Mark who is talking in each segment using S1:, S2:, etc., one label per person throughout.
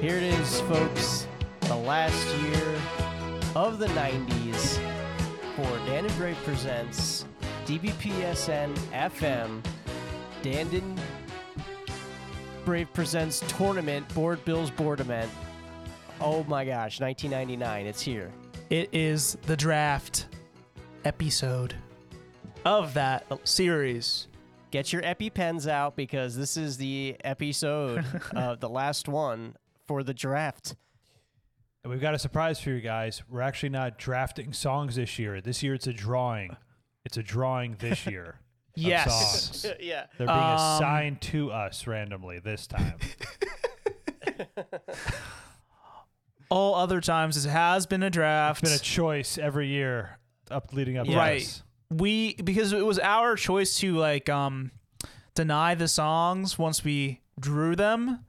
S1: Here it is, folks. The last year of the 90s for Dan and Brave Presents DBPSN FM Dan and Brave Presents Tournament Board Bills Board Event. Oh my gosh, 1999. It's here.
S2: It is the draft episode of that series.
S1: Get your EpiPens out because this is the episode, uh, the last one for the draft.
S3: And we've got a surprise for you guys. We're actually not drafting songs this year. This year it's a drawing. It's a drawing this year. of
S2: Yes.
S3: songs.
S1: yeah.
S3: They're being
S2: Um,
S3: assigned to us randomly this time.
S2: All other times it has been a draft.
S3: it's been a choice every year up leading up to
S2: Um, Right.
S3: this.
S2: we because it was our choice to like um deny the songs once we drew them.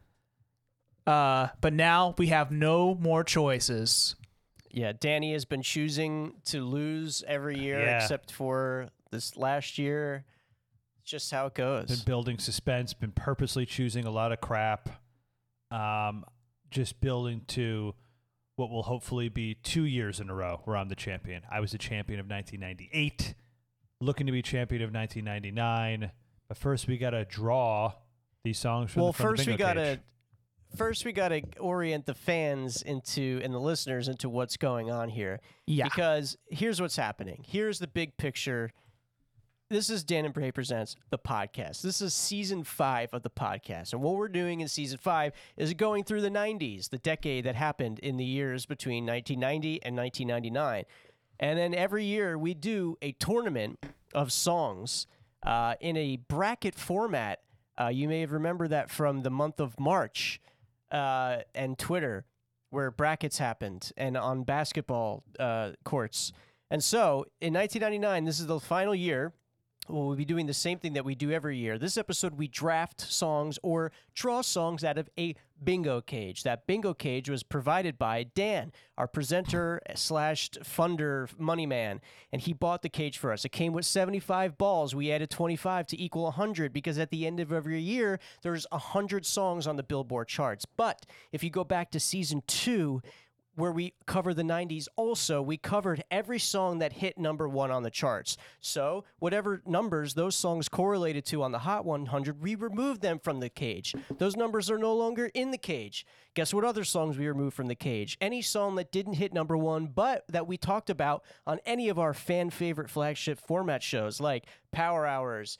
S2: Uh but now we have no more choices.
S1: Yeah, Danny has been choosing to lose every year
S3: Yeah.
S1: except for this last year. It's just how it
S3: Been
S1: goes.
S3: building suspense, been purposely choosing a lot of crap. Um just building to what will hopefully be two years in a row where I'm the champion. I was the champion of 1998, looking to be champion of 1999. But first, we got to draw these songs from
S1: Well,
S3: the, from the
S1: first we
S3: bingo
S1: gotta
S3: cage.
S1: first we gotta orient the fans into and the listeners into what's going on here.
S2: Yeah.
S1: Because here's what's happening. Here's the big picture. This is Dan and Bray Presents the podcast. This is season five of the podcast. And what we're doing in season five is going through the 90s, the decade that happened in the years between 1990 and 1999. And then every year we do a tournament of songs uh, in a bracket format. Uh, you may remember that from the month of March uh, and Twitter where brackets happened and on basketball uh, courts. And so in 1999, this is the final year. Well, we'll be doing the same thing that we do every year. This episode, we draft songs or draw songs out of a bingo cage. That bingo cage was provided by Dan, our presenter slash funder money man, and he bought the cage for us. It came with 75 balls. We added 25 to equal 100 because at the end of every year, there's 100 songs on the Billboard charts. But if you go back to season two, where we cover the 90s also we covered every song that hit number one on the charts so whatever numbers those songs correlated to on the hot 100 we removed them from the cage those numbers are no longer in the cage guess what other songs we removed from the cage any song that didn't hit number one but that we talked about on any of our fan favorite flagship format shows like power hours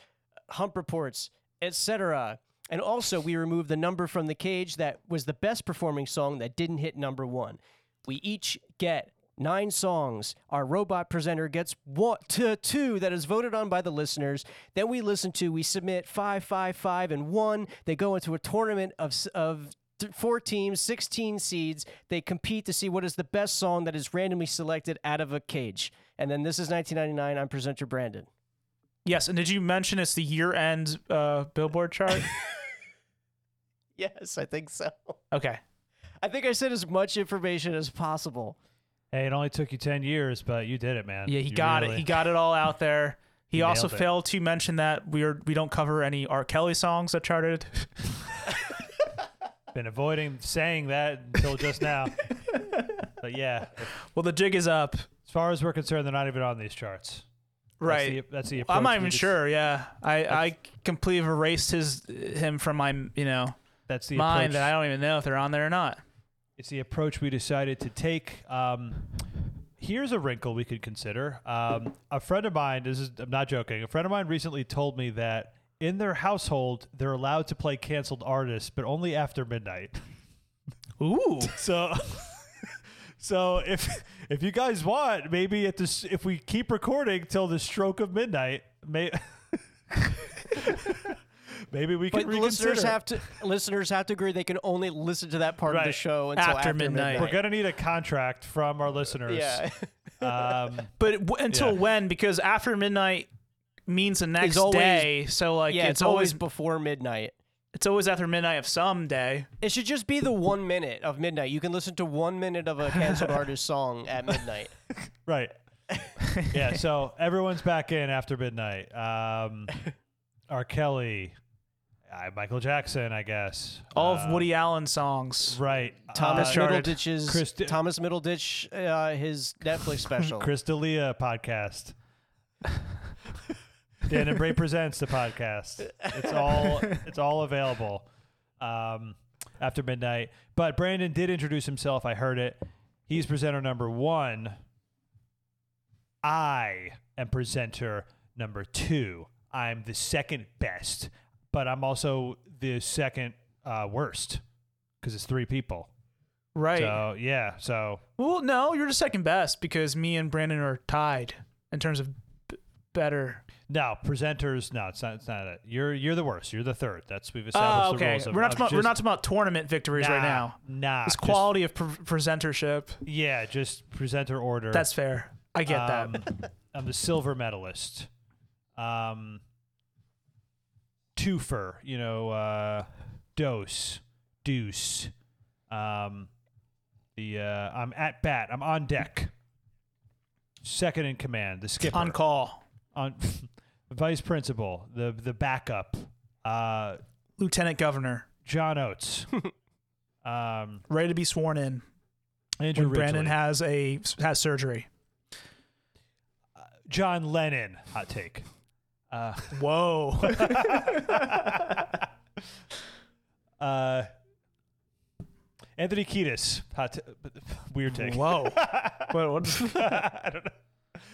S1: hump reports, etc. And also, we removed the number from the cage that was the best performing song that didn't hit number one. We each get nine songs. Our robot presenter gets one to two that is voted on by the listeners. Then we listen to, we submit five, five, five, and one. They go into a tournament of s- of th- four teams, 16 seeds. They compete to see what is the best song that is randomly selected out of a cage. And then this is 1999. I'm presenter Brandon.
S2: Yes, and did you mention it's the year end uh Billboard chart?
S1: Yes, I think so.
S2: okay.
S1: I think I said as much information as possible.
S3: Hey, it only took you 10 years, but you did it, man.
S2: Yeah, he
S3: You
S2: got it.
S3: really-
S2: He got it all out there. He,
S3: He
S2: also
S3: nailed it.
S2: failed to mention that we are we don't cover any R. Kelly songs that charted.
S3: Been avoiding saying that until just now. but yeah,
S2: well, the jig is up,
S3: as far as we're concerned, they're not even on these charts. That's the,
S2: right?
S3: that's the approach
S2: I'm not
S3: we
S2: even
S3: just-
S2: sure. Yeah, I I completely erased his him from my you know
S3: That's the
S2: mind
S3: approach.
S2: that I don't even know if they're on there or not.
S3: it's the approach we decided to take. Um, here's a wrinkle we could consider. Um, a friend of mine, this is I'm not joking. A friend of mine recently told me that in their household they're allowed to play canceled artists, but only after midnight.
S2: Ooh,
S3: So, so if if you guys want, maybe at this, if we keep recording till the stroke of midnight, may, maybe we can
S1: But listeners
S3: reconsider.
S1: have to listeners have to agree they can only listen to that part of the
S3: Right.
S1: show until
S2: After
S1: after,
S2: midnight.
S1: midnight.
S3: We're gonna need a contract from our listeners.
S1: Yeah,
S3: Um,
S2: but w- until
S3: Yeah.
S2: when? Because after midnight means the next
S1: always-
S2: day. So like
S1: yeah.
S2: it's, always
S1: before midnight.
S2: it's always after midnight of some day.
S1: It should just be the one minute of midnight. You can listen to one minute of a canceled artist song at midnight.
S3: right. yeah. So everyone's back in after midnight. Um, R. Kelly, I, Michael Jackson, I guess.
S2: All
S3: Uh,
S2: of Woody Allen's songs.
S3: Right.
S1: Thomas
S3: uh,
S2: charted.
S1: Middleditch's
S3: Christi-
S1: Thomas Middleditch, uh, his Netflix special.
S3: Chris D'Elia podcast. Dan and Bray presents the podcast. It's all it's all available um, after midnight. But Brandon did introduce himself. I heard it. He's presenter number one. I am presenter number two. I'm the second best, but I'm also the second uh, worst because it's three people.
S2: Right.
S3: So yeah. So
S2: Well, no, you're the second best because me and Brandon are tied in terms of b- better.
S3: No, presenters. No, it's not. It's not. A, you're you're the worst. You're the third. That's we've established
S2: Oh,
S3: the
S2: okay.
S3: rules. Of,
S2: We're not,
S3: of
S2: talking about, we're
S3: just-
S2: not talking about tournament victories right
S3: nah,
S2: now.
S3: Nah,
S2: It's
S3: just-
S2: quality of pre- presentership.
S3: yeah, just presenter order.
S2: That's fair. I get that.
S3: that. I'm the silver medalist. Um, twofer, you know, uh, dose, deuce. Um, the uh, I'm at bat. I'm on deck. Second in command, the skipper.
S2: On call.
S3: on vice principal, the the backup, uh,
S2: Lieutenant Governor.
S3: John Oates, um,
S2: Ready to be sworn in
S3: Andrew
S2: when Brandon
S3: Ridgely.
S2: has a has surgery.
S3: John Lennon. Hot take. Uh,
S2: Whoa.
S3: uh, Anthony Kiedis. Hot t- weird take.
S2: Whoa. Wait, what?
S3: I don't know.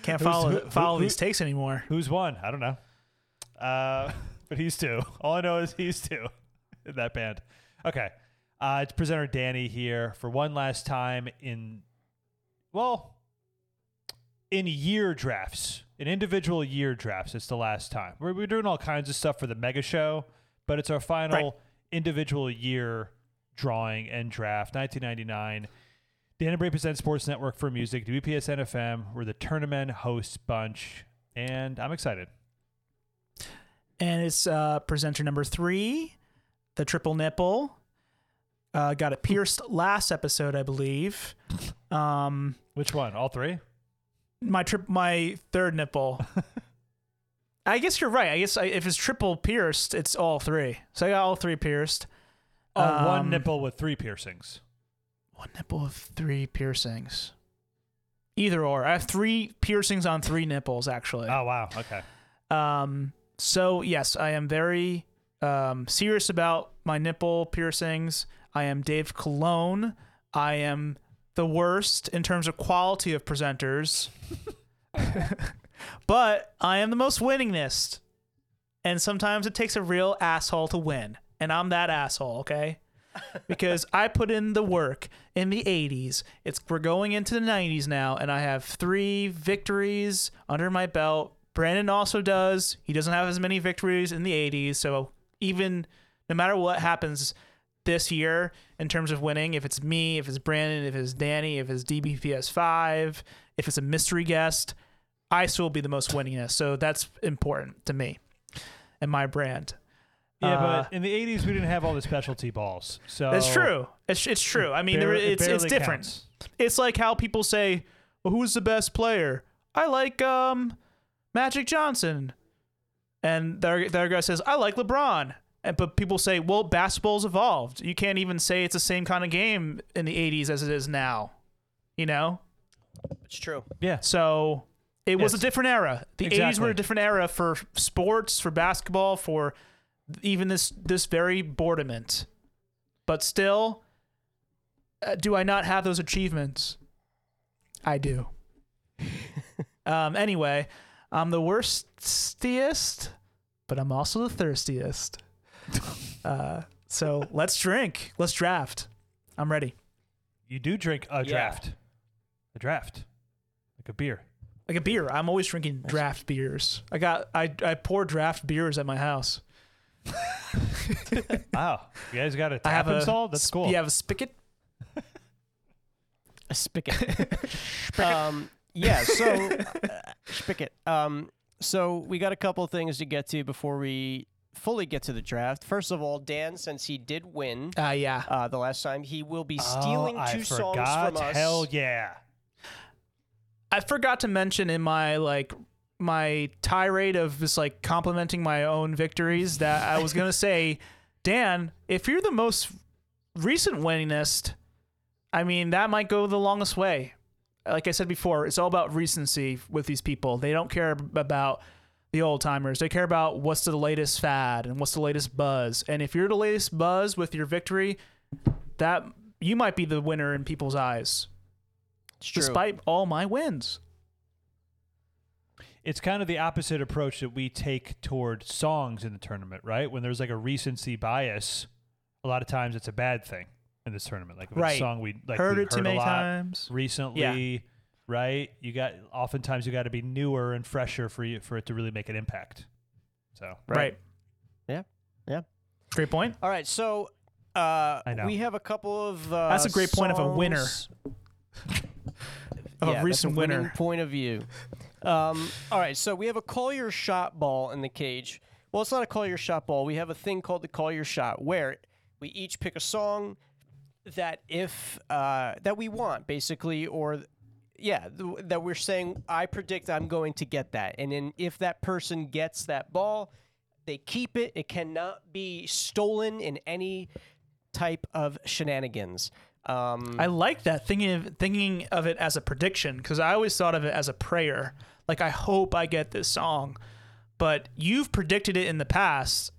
S2: Can't
S3: Who's-
S2: follow
S3: who-
S2: follow
S3: who-
S2: these takes anymore.
S3: Who's one? I don't know. Uh, but he's two. All I know is he's two in that band. Okay. Uh, it's presenter Danny here for one last time in, well, in year drafts, in individual year drafts. It's the last time. We're, we're doing all kinds of stuff for the mega show, but it's our final
S2: Right.
S3: individual year drawing and draft 1999. Dan and Bray presents Sports Network for Music, WPSN FM. We're the tournament host bunch, and I'm excited.
S2: and it's uh, presenter number three, the triple nipple. Uh, got it pierced last episode, I believe. Um,
S3: Which one? All three?
S2: my trip, my third nipple. I guess you're right. I guess I, if it's triple pierced, it's all three. So I got all three pierced.
S3: Oh, one
S2: Um,
S3: nipple with three piercings.
S2: One nipple of three piercings. Either or. I have three piercings on three nipples, actually.
S3: Oh wow. Okay.
S2: Um, so yes, I am very um, serious about my nipple piercings. I am Dave Cologne. I am the worst in terms of quality of presenters, but I am the most winningest. And sometimes it takes a real asshole to win, and I'm that asshole. Okay. because I put in the work in the 80s. It's we're going into the 90s now, and I have three victories under my belt. Brandon also does. He doesn't have as many victories in the 80s, so even no matter what happens this year in terms of winning, if it's me, if it's Brandon, if it's Danny, if it's DBPS5, if it's a mystery guest, I still will be the most winningest. So that's important to me and my brand.
S3: Yeah,
S2: Uh,
S3: but in the '80s we didn't have all the specialty balls, so
S2: It's true. It's, it's true. I mean,
S3: bar-
S2: there,
S3: Oh. it
S2: it's it's
S3: barely
S2: different.
S3: counts.
S2: It's like how people say, well, "Who's the best player?" I like um, Magic Johnson, and their their guy says, "I like LeBron." And but people say, "Well, basketball's evolved. You can't even say it's the same kind of game in the '80s as it is now." You know,
S1: It's true.
S3: Yeah.
S2: so it was a
S3: Yes.
S2: different era. The '80s were
S3: Exactly.
S2: a different era for sports, for basketball, for even this this very borediment. But still, uh, do I not have those achievements? I do. um. Anyway, I'm the worstiest, but I'm also the thirstiest. uh. So let's drink. Let's draft. I'm ready.
S3: You do drink a
S1: Yeah.
S3: draft. A draft. Like a beer.
S2: like a beer. I'm always drinking draft beers. I got I I pour draft beers at my house.
S3: Wow. You guys got a
S2: I
S3: tap
S2: have a
S3: installed? That's
S2: sp-
S3: cool.
S2: You have a spigot.
S1: A spigot. um, yeah. So uh, spigot. Um, so we got a couple of things to get to before we fully get to the draft. First of all, Dan, since he did win
S2: Ah, yeah.
S1: uh, the last time, he will be
S3: Oh,
S1: stealing two
S3: I
S1: songs
S3: forgot.
S1: from us.
S3: Hell yeah.
S2: I forgot to mention in my like my tirade of just like complimenting my own victories that I was gonna say, Dan, if you're the most recent winningest, I mean that might go the longest way. Like I said before, it's all about recency with these people. They don't care ab- about the old timers. They care about what's the latest fad and what's the latest buzz. And if you're the latest buzz with your victory, that you might be the winner in people's eyes,
S1: It's true.
S2: despite all my wins.
S3: It's kind of the opposite approach that we take toward songs in the tournament, right? When there's like a recency bias, a lot of times it's a bad thing in this tournament. Like if it's
S2: Right.
S3: a song we like
S2: heard
S3: we've
S2: it too
S3: heard
S2: many
S3: a lot
S2: times.
S3: recently, right? You got oftentimes you got to be newer and fresher for you for it to really make an impact. So
S2: Right.
S1: Yeah. Yeah.
S2: Great point.
S1: All right. So uh,
S3: I know.
S1: we have a couple of. Uh,
S2: That's a great point of a winner.
S1: songs-
S2: Of
S1: yeah,
S2: a recent
S1: that's a winning
S2: winner.
S1: point of view. Um, all right, so we have a call your shot ball in the cage. Well, it's not a call your shot ball. We have a thing called the call your shot, where we each pick a song that if uh, that we want, basically, or yeah, th- that we're saying I predict I'm going to get that, and then if that person gets that ball, they keep it. It cannot be stolen in any type of shenanigans. Um,
S2: I like that thinking of, thinking of it as a prediction because I always thought of it as a prayer. Like I hope I get this song, but you've predicted it in the past,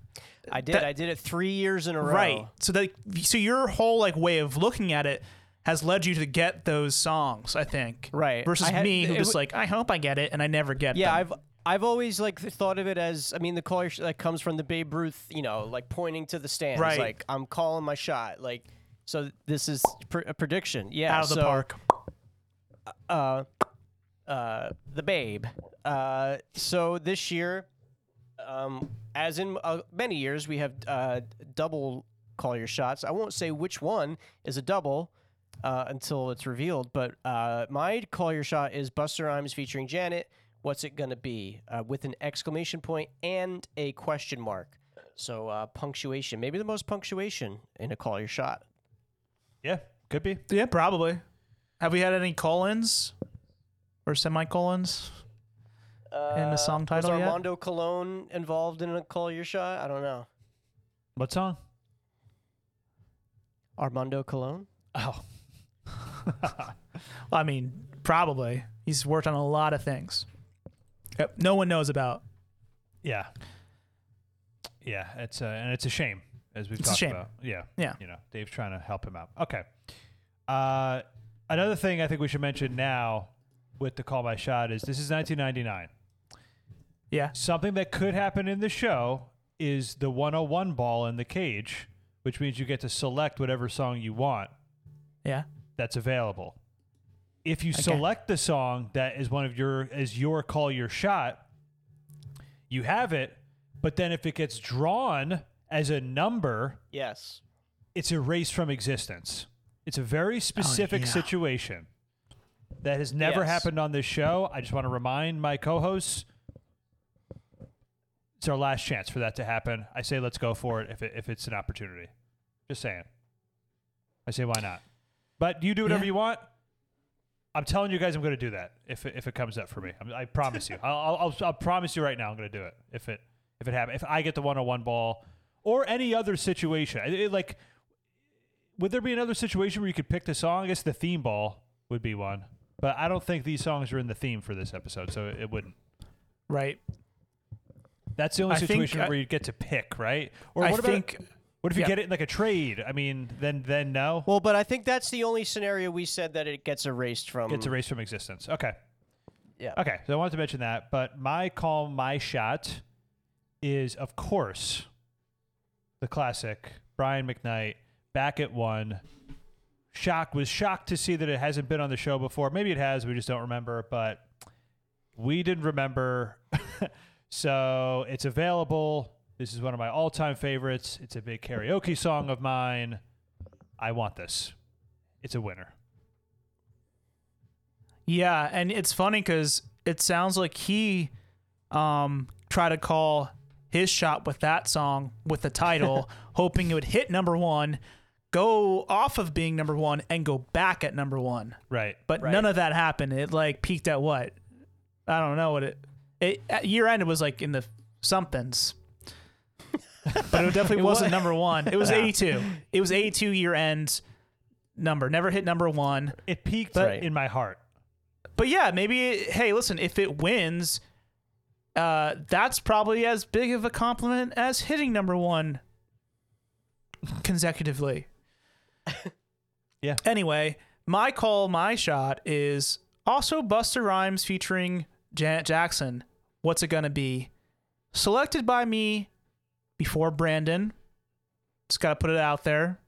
S1: I did.
S2: that-
S1: I did it three years in a row.
S2: right? So that so your whole like way of looking at it has led you to get those songs. I think
S1: Right.
S2: versus
S1: I had-
S2: me who
S1: it
S2: just
S1: w-
S2: like I hope I get it and I never get
S1: Yeah,
S2: them.
S1: I've I've always like th- thought of it as I mean the call your sh- that comes from the Babe Ruth, you know, like pointing to the stands,
S2: Right.
S1: like I'm calling my shot, like so this is pr- a prediction. Yeah,
S2: out of the
S1: so,
S2: park.
S1: Uh, uh, the Babe. Uh, so this year, um, as in uh, many years, we have uh, double call your shots. I won't say which one is a double. Uh, until it's revealed, but uh, my call your shot is Buster Rhymes featuring Janet. What's it gonna be? Uh, with an exclamation point and a question mark. So uh, punctuation, maybe the most punctuation in a call your shot.
S3: yeah, could be.
S2: Yeah, probably. Have we had any colons or semicolons?
S1: Uh,
S2: the song title
S1: was
S2: yet?
S1: Armando Cologne involved in a call your shot? I don't know.
S3: What song?
S1: Armando Cologne.
S3: Oh,
S2: I mean, probably. He's worked on a lot of things. that No one knows about.
S3: yeah, yeah. It's a, and it's a shame as we've
S2: It's a
S3: talked
S2: shame.
S3: about. Yeah,
S2: Yeah.
S3: You know, Dave's trying to help him out. Okay. Uh, another thing I think we should mention now with the call my shot is this is 1999.
S2: Yeah.
S3: Something that could happen in the show is the 101 ball in the cage, which means you get to select whatever song you want
S2: Yeah.
S3: that's available. If you
S2: Okay.
S3: select the song that is one of your is your call your shot, you have it, but then if it gets drawn as a number,
S1: Yes.
S3: it's erased from existence. It's a very specific
S2: Oh, yeah.
S3: situation that has never
S1: Yes.
S3: happened on this show. I just want to remind my co-hosts it's our last chance for that to happen. I say let's go for it if it, if it's an opportunity. Just saying. I say why not? But you do whatever
S2: Yeah.
S3: you want. I'm telling you guys, I'm going to do that if it, if it comes up for me. I'm, I promise you. I'll, I'll, I'll, I'll promise you right now, I'm going to do it if it if it happens. If I get the 101 ball or any other situation, It- it, like would there be another situation where you could pick the song? I guess the theme ball would be one, but I don't think these songs are in the theme for this episode, so it wouldn't.
S2: Right.
S3: That's the only
S2: I think
S3: situation
S2: I-
S3: where you'd get to pick, right? Or
S2: I
S3: what about
S2: think
S3: what if you
S2: yeah.
S3: get it in like a trade? I mean, then then no,
S1: Well, but I think that's the only scenario we said that it gets erased from.
S3: gets erased from existence. Okay,
S1: Yeah.
S3: okay. So I wanted to mention that, but my call, my shot, is of course the classic Brian McKnight back at one. Shock was shocked to see that it hasn't been on the show before. Maybe it has, we just don't remember, but we didn't remember. so it's available. This is one of my all time favorites. It's a big karaoke song of mine. I want this. It's a winner.
S2: Yeah, and it's funny because it sounds like he um, tried to call his shot with that song with the title, hoping it would hit number one, go off of being number one, and go back at number one.
S3: Right.
S2: But none of that happened. It like peaked at what? I don't know what it. It, at year end, it was like in the somethings, but it definitely wasn't number one. It was 82. It was 82 year end number. Never hit number one.
S3: It peaked
S1: Right.
S3: in my heart.
S2: But yeah, maybe. It, hey, listen, if it wins, uh, that's probably as big of a compliment as hitting number one consecutively.
S3: Yeah.
S2: Anyway, my call, my shot is also Buster Rhymes featuring Janet Jackson. What's it gonna be? Selected by me before Brandon. Just gotta put it out there.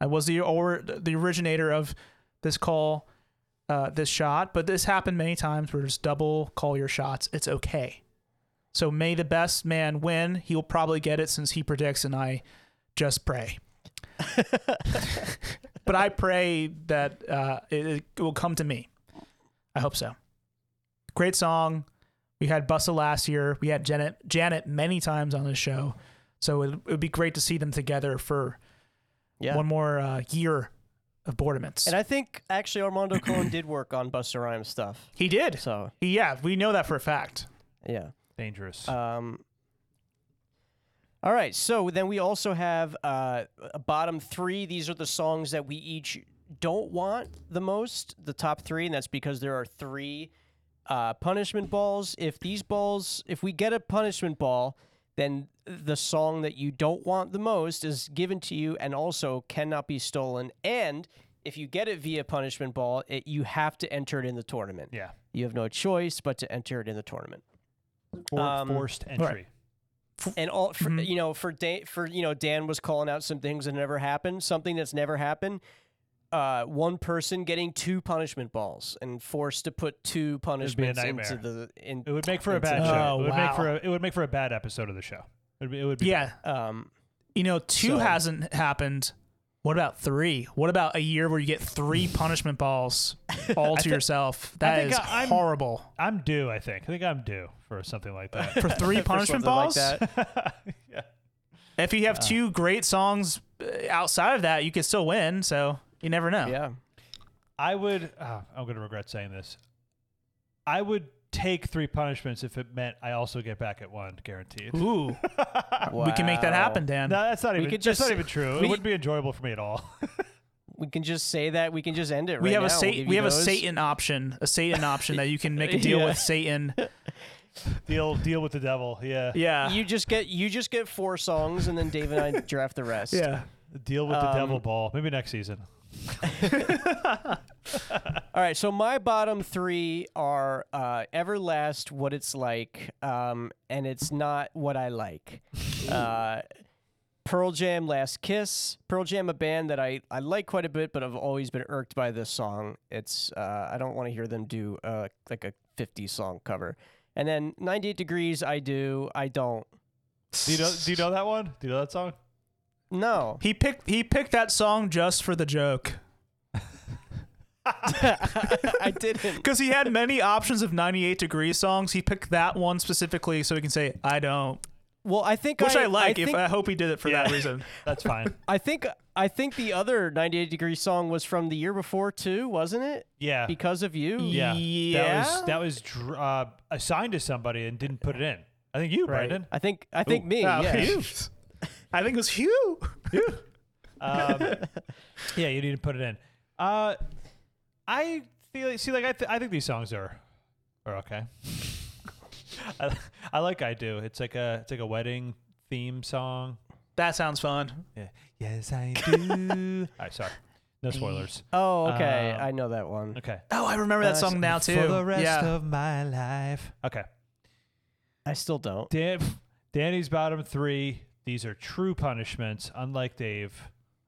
S2: I was the or the originator of this call, uh, this shot, but this happened many times where just double call your shots. It's okay. So may the best man win. He'll probably get it since he predicts and I just pray. but I pray that uh, it, it will come to me. I hope so. Great song. We had Busta last year. We had Janet Janet many times on the show. So it, it would be great to see them together for
S1: Yeah.
S2: one more uh, year of boredoments.
S1: and I think actually Armando Cohen did work on Buster Rhymes stuff.
S2: he did.
S1: So
S2: Yeah, we know that for a fact.
S1: yeah.
S3: Dangerous.
S1: Um, all right. So then we also have uh, a bottom three. These are the songs that we each don't want the most, the top three, and that's because there are three uh, punishment balls. If these balls, if we get a punishment ball, then the song that you don't want the most is given to you and also cannot be stolen. And if you get it via punishment ball, it, you have to enter it in the tournament.
S3: yeah.
S1: You have no choice but to enter it in the tournament
S3: For,
S1: um,
S3: forced entry.
S1: and all for,
S2: Mhm.
S1: you know for Dan for you know Dan was calling out some things that never happened, something that's never happened. Uh, one person getting two punishment balls and forced to put two punishments into the in.
S3: It would make for a
S1: into
S3: bad
S1: the-
S3: show.
S2: Oh,
S3: it would
S2: wow.
S3: make for a, it would make for a bad episode of the show. It would be, it would be
S2: Yeah,
S1: Um,
S2: you know,
S1: So-
S2: two hasn't happened. What about three? What about a year where you get three punishment balls all to yourself? That
S3: think
S2: is
S3: I- I'm-
S2: horrible.
S3: I'm due, I think. I think I'm due for something like that.
S2: For three punishment balls?
S3: yeah.
S2: If you
S1: Uh,
S2: have two great songs uh, outside of that, you could still win. So you never know.
S1: yeah,
S3: I would ah, I'm going to regret saying this. I would take three punishments if it meant I also get back at one, guaranteed. No,
S2: Ooh, Uh, we can make that
S1: Wow.
S2: happen, Dan.
S3: that's not even
S1: could
S3: that's
S1: just-
S3: not even true.
S1: we-
S3: it wouldn't be enjoyable for me at all.
S1: We can just say that. We can just end it.
S2: we
S1: right
S2: have a
S1: now. We'll
S2: Satan.
S1: give
S2: We
S1: you
S2: have a
S1: those.
S2: Satan option. A Satan option that you can make a deal
S1: Yeah.
S2: with Satan.
S3: deal deal with the devil. Yeah.
S2: Yeah.
S1: You just get you just get four songs, and then Dave and I draft the rest.
S2: yeah.
S3: Deal with the devil
S1: Um,
S3: ball. Maybe next season.
S1: All right, so my bottom three are uh, Everlast, What It's Like, um, and it's not what I like. uh, Pearl Jam, Last Kiss. Pearl Jam, a band that I, I like quite a bit, but I've always been irked by this song. It's uh, I don't want to hear them do uh, like a 50 song cover. And then 98 Degrees, I do, I don't.
S3: Do you know do you know that one? Do you know that song?
S1: No.
S2: He picked. He picked that song just for the joke.
S1: I didn't.
S2: Because he had many options of 98 degree songs. He picked that one specifically so he can say, I don't.
S1: Well, I think
S2: Which I,
S1: I,
S2: like.
S1: think
S2: if I hope he did it for that
S3: Yeah.
S2: reason.
S3: That's fine.
S1: I think I think the other 98 degree song was from the year before too, wasn't it?
S3: Yeah.
S1: Because of you.
S3: Uh, yeah. That was
S2: Yeah?
S3: that was dr- uh, assigned to somebody and didn't put it in. I think you, Brandon.
S1: I think I
S3: Oh.
S1: think me.
S2: Wow,
S1: yeah.
S2: Hugh. I think it was Hugh.
S3: Um, yeah, you need to put it in. Uh, I feel see like I, th- I think these songs are are okay. I, I like I do. It's like a it's like a wedding theme song.
S2: That sounds fun.
S3: Yeah. Yes, I do. All right, sorry. No spoilers.
S1: Oh, okay.
S3: Um,
S1: I know that one.
S3: Okay.
S2: Oh, I remember that
S1: Nice.
S2: song now, too.
S3: For the rest
S2: yeah.
S3: of my life. Okay.
S1: I still don't.
S3: Dan, Danny's bottom three. These are true punishments, unlike Dave.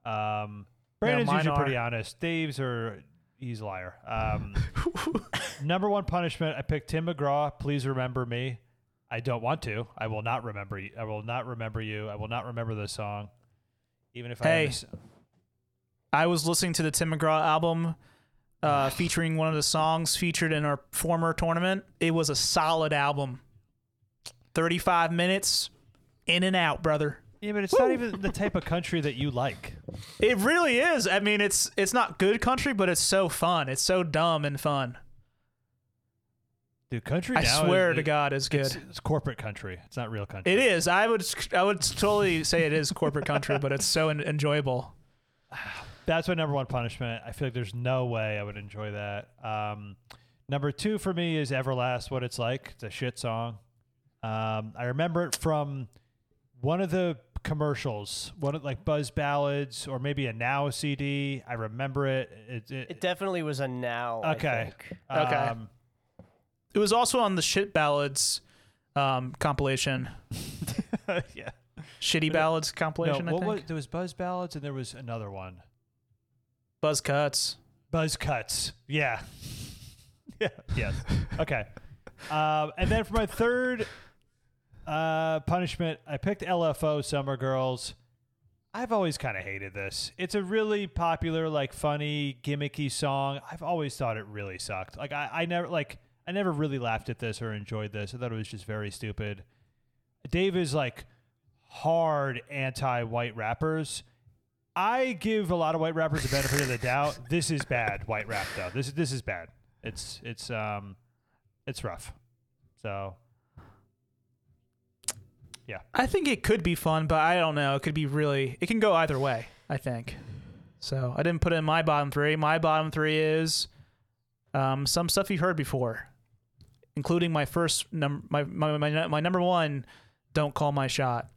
S3: Um, Brandon's
S2: mine
S3: usually pretty
S2: are.
S3: honest. Dave's are he's a liar. Um, number one punishment. I picked Tim McGraw. Please remember me. I don't want to. I will not remember you. I will not remember you. I will not remember this song, even if I.
S2: Hey.
S3: Miss-
S2: I was listening to the Tim McGraw album uh, featuring one of the songs featured in our former tournament. It was a solid album. 35 minutes in and out, brother.
S3: yeah, but it's not even the type of country that you like.
S2: It really is. I mean, it's it's not good country, but it's so fun. It's so dumb and fun.
S3: Dude, country.
S2: I
S3: now
S2: swear
S3: is,
S2: to God, is good.
S3: it's, it's corporate country. It's not real country.
S2: It is. I would. I would totally say it is corporate country, but it's so en- enjoyable.
S3: That's my number one punishment. I feel like there's no way I would enjoy that. Um, number two for me is Everlast. What it's like. It's a shit song. Um, I remember it from one of the commercials, one of like Buzz Ballads or maybe a Now CD. I remember it. It. it,
S1: It definitely was a now. I
S3: okay.
S1: think.
S2: Okay.
S3: Um,
S2: It was also on the shit ballads um, compilation.
S3: yeah.
S2: Shitty ballads compilation.
S3: No, what
S2: I think.
S3: was there was Buzz Ballads and there was another one.
S2: Buzz cuts.
S3: Buzz cuts. Yeah. yeah. Yes. Okay. um, and then for my third uh, punishment, I picked LFO Summer Girls. I've always kind of hated this. It's a really popular, like funny, gimmicky song. I've always thought it really sucked. Like I, I never like I never really laughed at this or enjoyed this. I thought it was just very stupid. Dave is like hard anti-white rappers. I give a lot of white rappers the benefit of the doubt. This is bad white rap though. This is this is bad. It's it's um it's rough. So
S2: I think it could be fun, but I don't know. It could be really. It can go either way. I think. So I didn't put in my bottom three. My bottom three is um, some stuff you heard before, including my first number. My, my my my number one. Don't call my shot.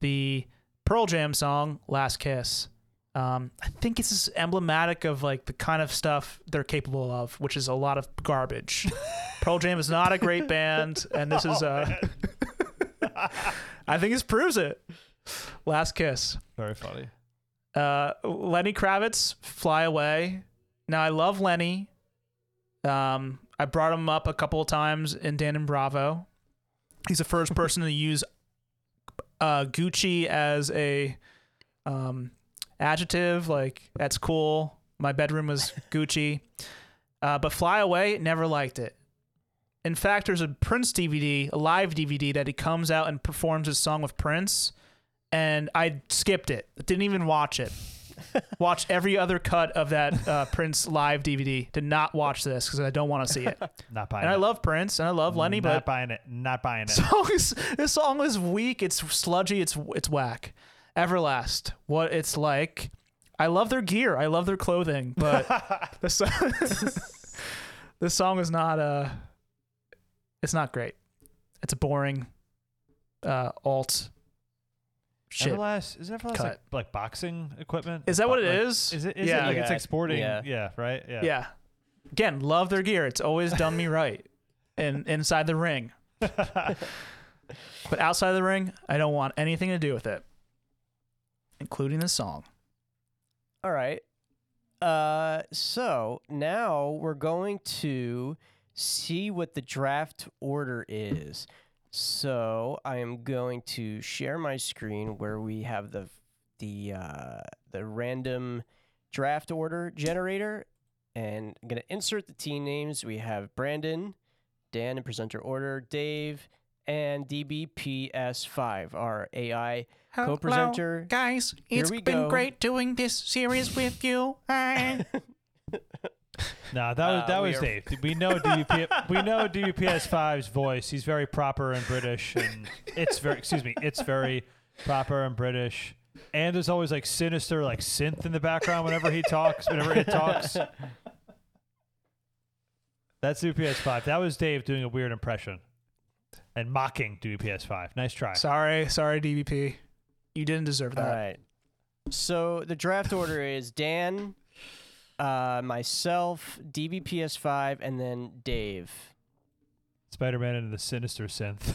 S2: The Pearl Jam song "Last Kiss." Um, I think it's just emblematic of like the kind of stuff they're capable of, which is a lot of garbage. Pearl Jam is not a great band, and this is uh, I think this proves it. Last kiss.
S3: very funny.
S2: Uh, Lenny Kravitz, fly away. Now I love Lenny. Um, I brought him up a couple of times in Dan and Bravo. He's the first person to use uh, Gucci as a um, adjective. Like that's cool. My bedroom was Gucci. Uh, but fly away, never liked it. In fact, there's a Prince DVD, a live DVD that he comes out and performs his song with Prince, and I skipped it. Didn't even watch it. watch every other cut of that uh, Prince live DVD. Did not watch this because I don't want to see it.
S3: Not buying
S2: And I
S3: it.
S2: love Prince and I love Lenny,
S3: not
S2: but
S3: buying it. Not buying it.
S2: song is, this song is weak. It's sludgy. It's it's whack. Everlast, what it's like. I love their gear. I love their clothing, but the song, this song is not uh it's not great. It's a boring uh alt shit.
S3: Everlast is Everlast
S2: Cut.
S3: like, like boxing equipment?
S2: Is that what
S3: it
S2: it
S3: is?
S2: is?
S3: Is it? Is
S2: Yeah.
S3: it like it's
S1: Yeah.
S3: like sporting? Yeah.
S1: Yeah.
S3: right. Yeah.
S2: yeah. Again, love their gear. It's always done me right. And inside the ring. but outside the ring, I don't want anything to do with it. Including this song.
S1: All right. Uh, so now we're going to see what the draft order is. So I am going to share my screen where we have the the uh, the random draft order generator, and I'm gonna insert the team names. We have Brandon, Dan, in presenter order, Dave, and DBPS5, our AI
S2: Hello,
S1: co-presenter.
S2: guys,
S1: Here
S2: it's
S1: we
S2: been
S1: go.
S2: great doing this series with you. Hi.
S3: No, that was
S1: Uh,
S3: that
S1: we
S3: was
S1: are-
S3: Dave. We know DUP, we know DUPS5's voice. He's very proper and British, and it's very excuse me, it's very proper and British. And there's always like sinister like synth in the background whenever he talks. Whenever he talks, that's DUPS5. That was Dave doing a weird impression and mocking DUPS5. Nice try.
S2: sorry, sorry, DVP. You didn't deserve
S1: All
S2: that.
S1: right. So the draft order is Dan, uh, myself, DBPS5, and then Dave.
S3: Spider-Man and the sinister synth.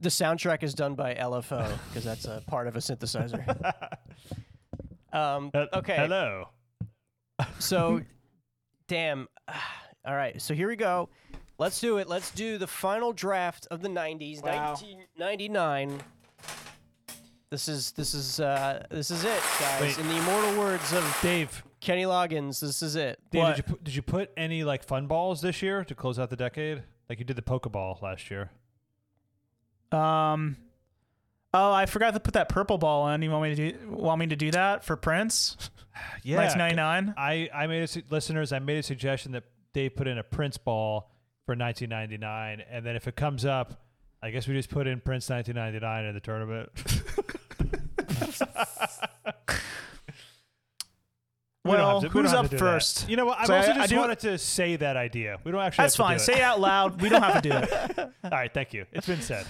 S1: The soundtrack is done by LFO because that's a part of a synthesizer. Um,
S3: Uh,
S1: okay.
S3: Hello.
S1: So, damn. All right. So here we go. Let's do it. Let's do the final draft of the 90s,
S2: Wow.
S1: 1999. This is this is uh, this is it, guys.
S3: Wait.
S1: In the immortal words of
S3: Dave,
S1: Kenny Loggins, this is it.
S3: Dave,
S1: What?
S3: did you, pu- did you put any like fun balls this year to close out the decade? Like you did the Pokeball last year.
S2: Um. Oh, I forgot to put that purple ball in. You want me to do? Want me to do that for Prince?
S3: Yeah.
S2: 1999.
S3: I, I made a su- listeners. I made a suggestion that they put in a Prince ball for 1999, and then if it comes up, I guess we just put in Prince 1999 in the tournament. We don't
S2: Well,
S3: have to- we don't
S2: who's
S3: have
S2: up
S3: to do that.
S2: first?
S3: You know what? I've
S2: So
S3: also
S2: I- I
S3: just
S2: do-
S3: wanted to say that idea. We don't actually.
S2: That's
S3: have to
S2: fine.
S3: do
S2: Say it out loud. We don't have to do it.
S3: All right. Thank you. It's been said.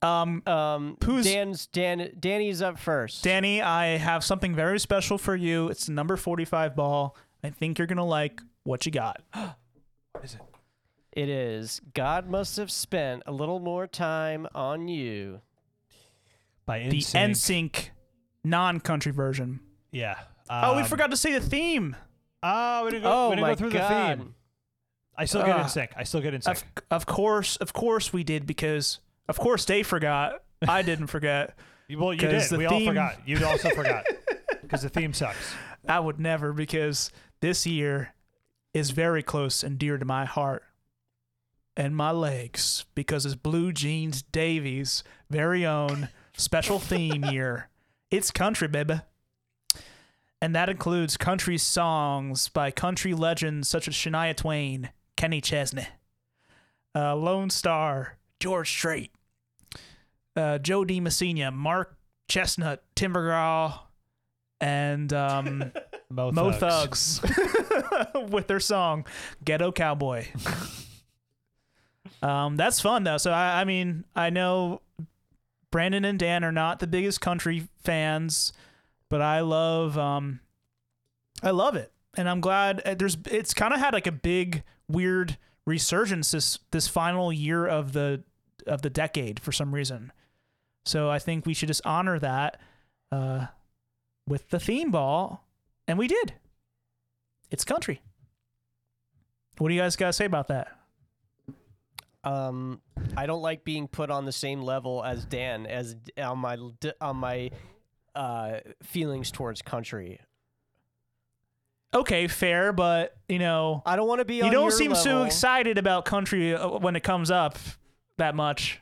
S2: Um,
S1: Um,
S2: Who's-
S1: Dan's Dan? Danny's up first.
S2: Danny, I have something very special for you. It's the number 45 ball. I think you're gonna like what you got.
S1: It is. God must have spent a little more time on you.
S3: By
S2: The
S3: NSYNC.
S2: NSYNC non-country version.
S3: Yeah.
S2: oh, we
S3: Um,
S2: forgot to say the theme
S3: Oh, we didn't go,
S1: Oh
S3: we didn't
S1: my
S3: go through
S1: god!
S3: the theme. I still get
S2: Ugh.
S3: in sync. I still get in sync.
S2: of, of course of course we did because of course they forgot i didn't forget
S3: You- Well, you
S2: 'cause
S3: did.
S2: the
S3: We all
S2: theme-
S3: forgot. You also forgot because the theme sucks.
S2: i would never because this year is very close and dear to my heart and my legs because it's blue jeans davies very own special theme year it's country baby and that includes country songs by country legends such as shania twain kenny chesney uh, lone star george strait uh, Joe D. Messina, Mark Chestnut, Tim McGraw, and um,
S3: Mo,
S2: Mo
S3: Thugs.
S2: Thugs with their song "Ghetto Cowboy." um, that's fun though. So I, I mean, I know Brandon and Dan are not the biggest country fans, but I love um, I love it, and I'm glad uh, there's. It's kind of had like a big weird resurgence this this final year of the of the decade for some reason. So I think we should just honor that uh, with the theme ball, and we did. It's country. What do you guys got to say about that?
S1: Um, I don't like being put on the same level as Dan as d- on my l- d- on my uh, feelings towards country.
S2: Okay, fair, but you know,
S1: I don't want to be.
S2: you
S1: on
S2: don't
S1: your
S2: seem so
S1: level.
S2: excited about country uh, when it comes up that much.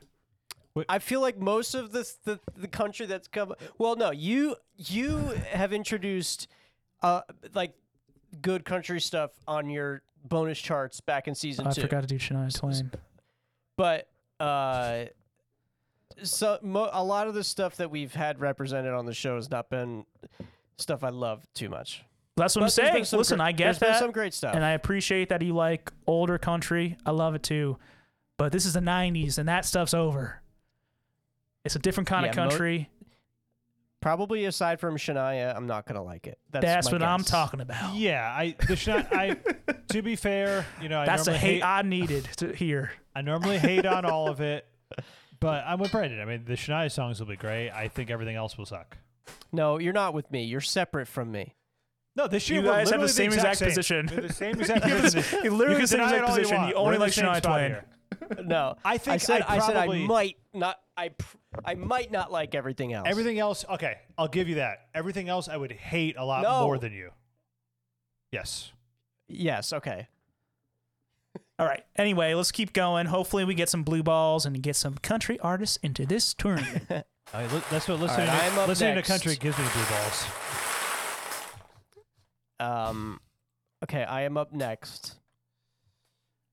S1: I feel like most of the the, the country that's come. Well, no, you you have introduced uh like good country stuff on your bonus charts back in season
S2: Oh, I
S1: two.
S2: forgot to do Shania Twain.
S1: but uh so mo- a lot of the stuff that we've had represented on the show has not been stuff I love too much.
S2: That's what I'm
S1: But there's been
S2: saying.
S1: some
S2: Listen,
S1: gre-
S2: I
S1: there's
S2: get
S1: been
S2: that.
S1: some great stuff.
S2: and I appreciate that you like older country. I love it too. But this is the 90s and that stuff's over. It's a different kind of
S1: Yeah, mo-
S2: country.
S1: Probably aside from Shania, I'm not gonna like it. That's,
S2: That's
S1: my
S2: what I'm
S1: guess.
S2: talking about.
S3: Yeah, I. The Shania, I. To be fair, you know, I
S2: That's the
S3: normally
S2: hate, I needed to hear.
S3: I normally hate on all of it, but I'm with Brandon. I mean, the Shania songs will be great. I think everything else will suck.
S1: No, you're not with me. You're separate from me.
S3: No, this
S2: You
S3: year we're
S2: guys have the
S3: literally
S2: same exact position.
S3: We're the same exact
S2: You're the-
S3: position.
S2: you're literally
S3: can
S2: the same
S3: deny
S2: exact
S3: it all
S2: position.
S3: want.
S2: You only
S3: We're in the
S2: like
S3: same
S2: Shania
S3: spot
S2: Twain.
S3: here.
S1: No,
S3: I think
S1: I said
S3: I
S1: said I
S3: probably-
S1: might not. I pr- I might not like everything else.
S3: Everything else, okay, I'll give you that. Everything else, I would hate a lot
S1: No.
S3: more than you. Yes.
S1: Yes. Okay.
S2: All right. Anyway, let's keep going. Hopefully, we get some blue balls and get some country artists into this tournament.
S3: All right, li- that's what listening,
S1: right, I'm
S3: to,
S1: up
S3: listening to
S1: next.
S3: country gives me blue balls.
S1: Um. Okay. I am up next.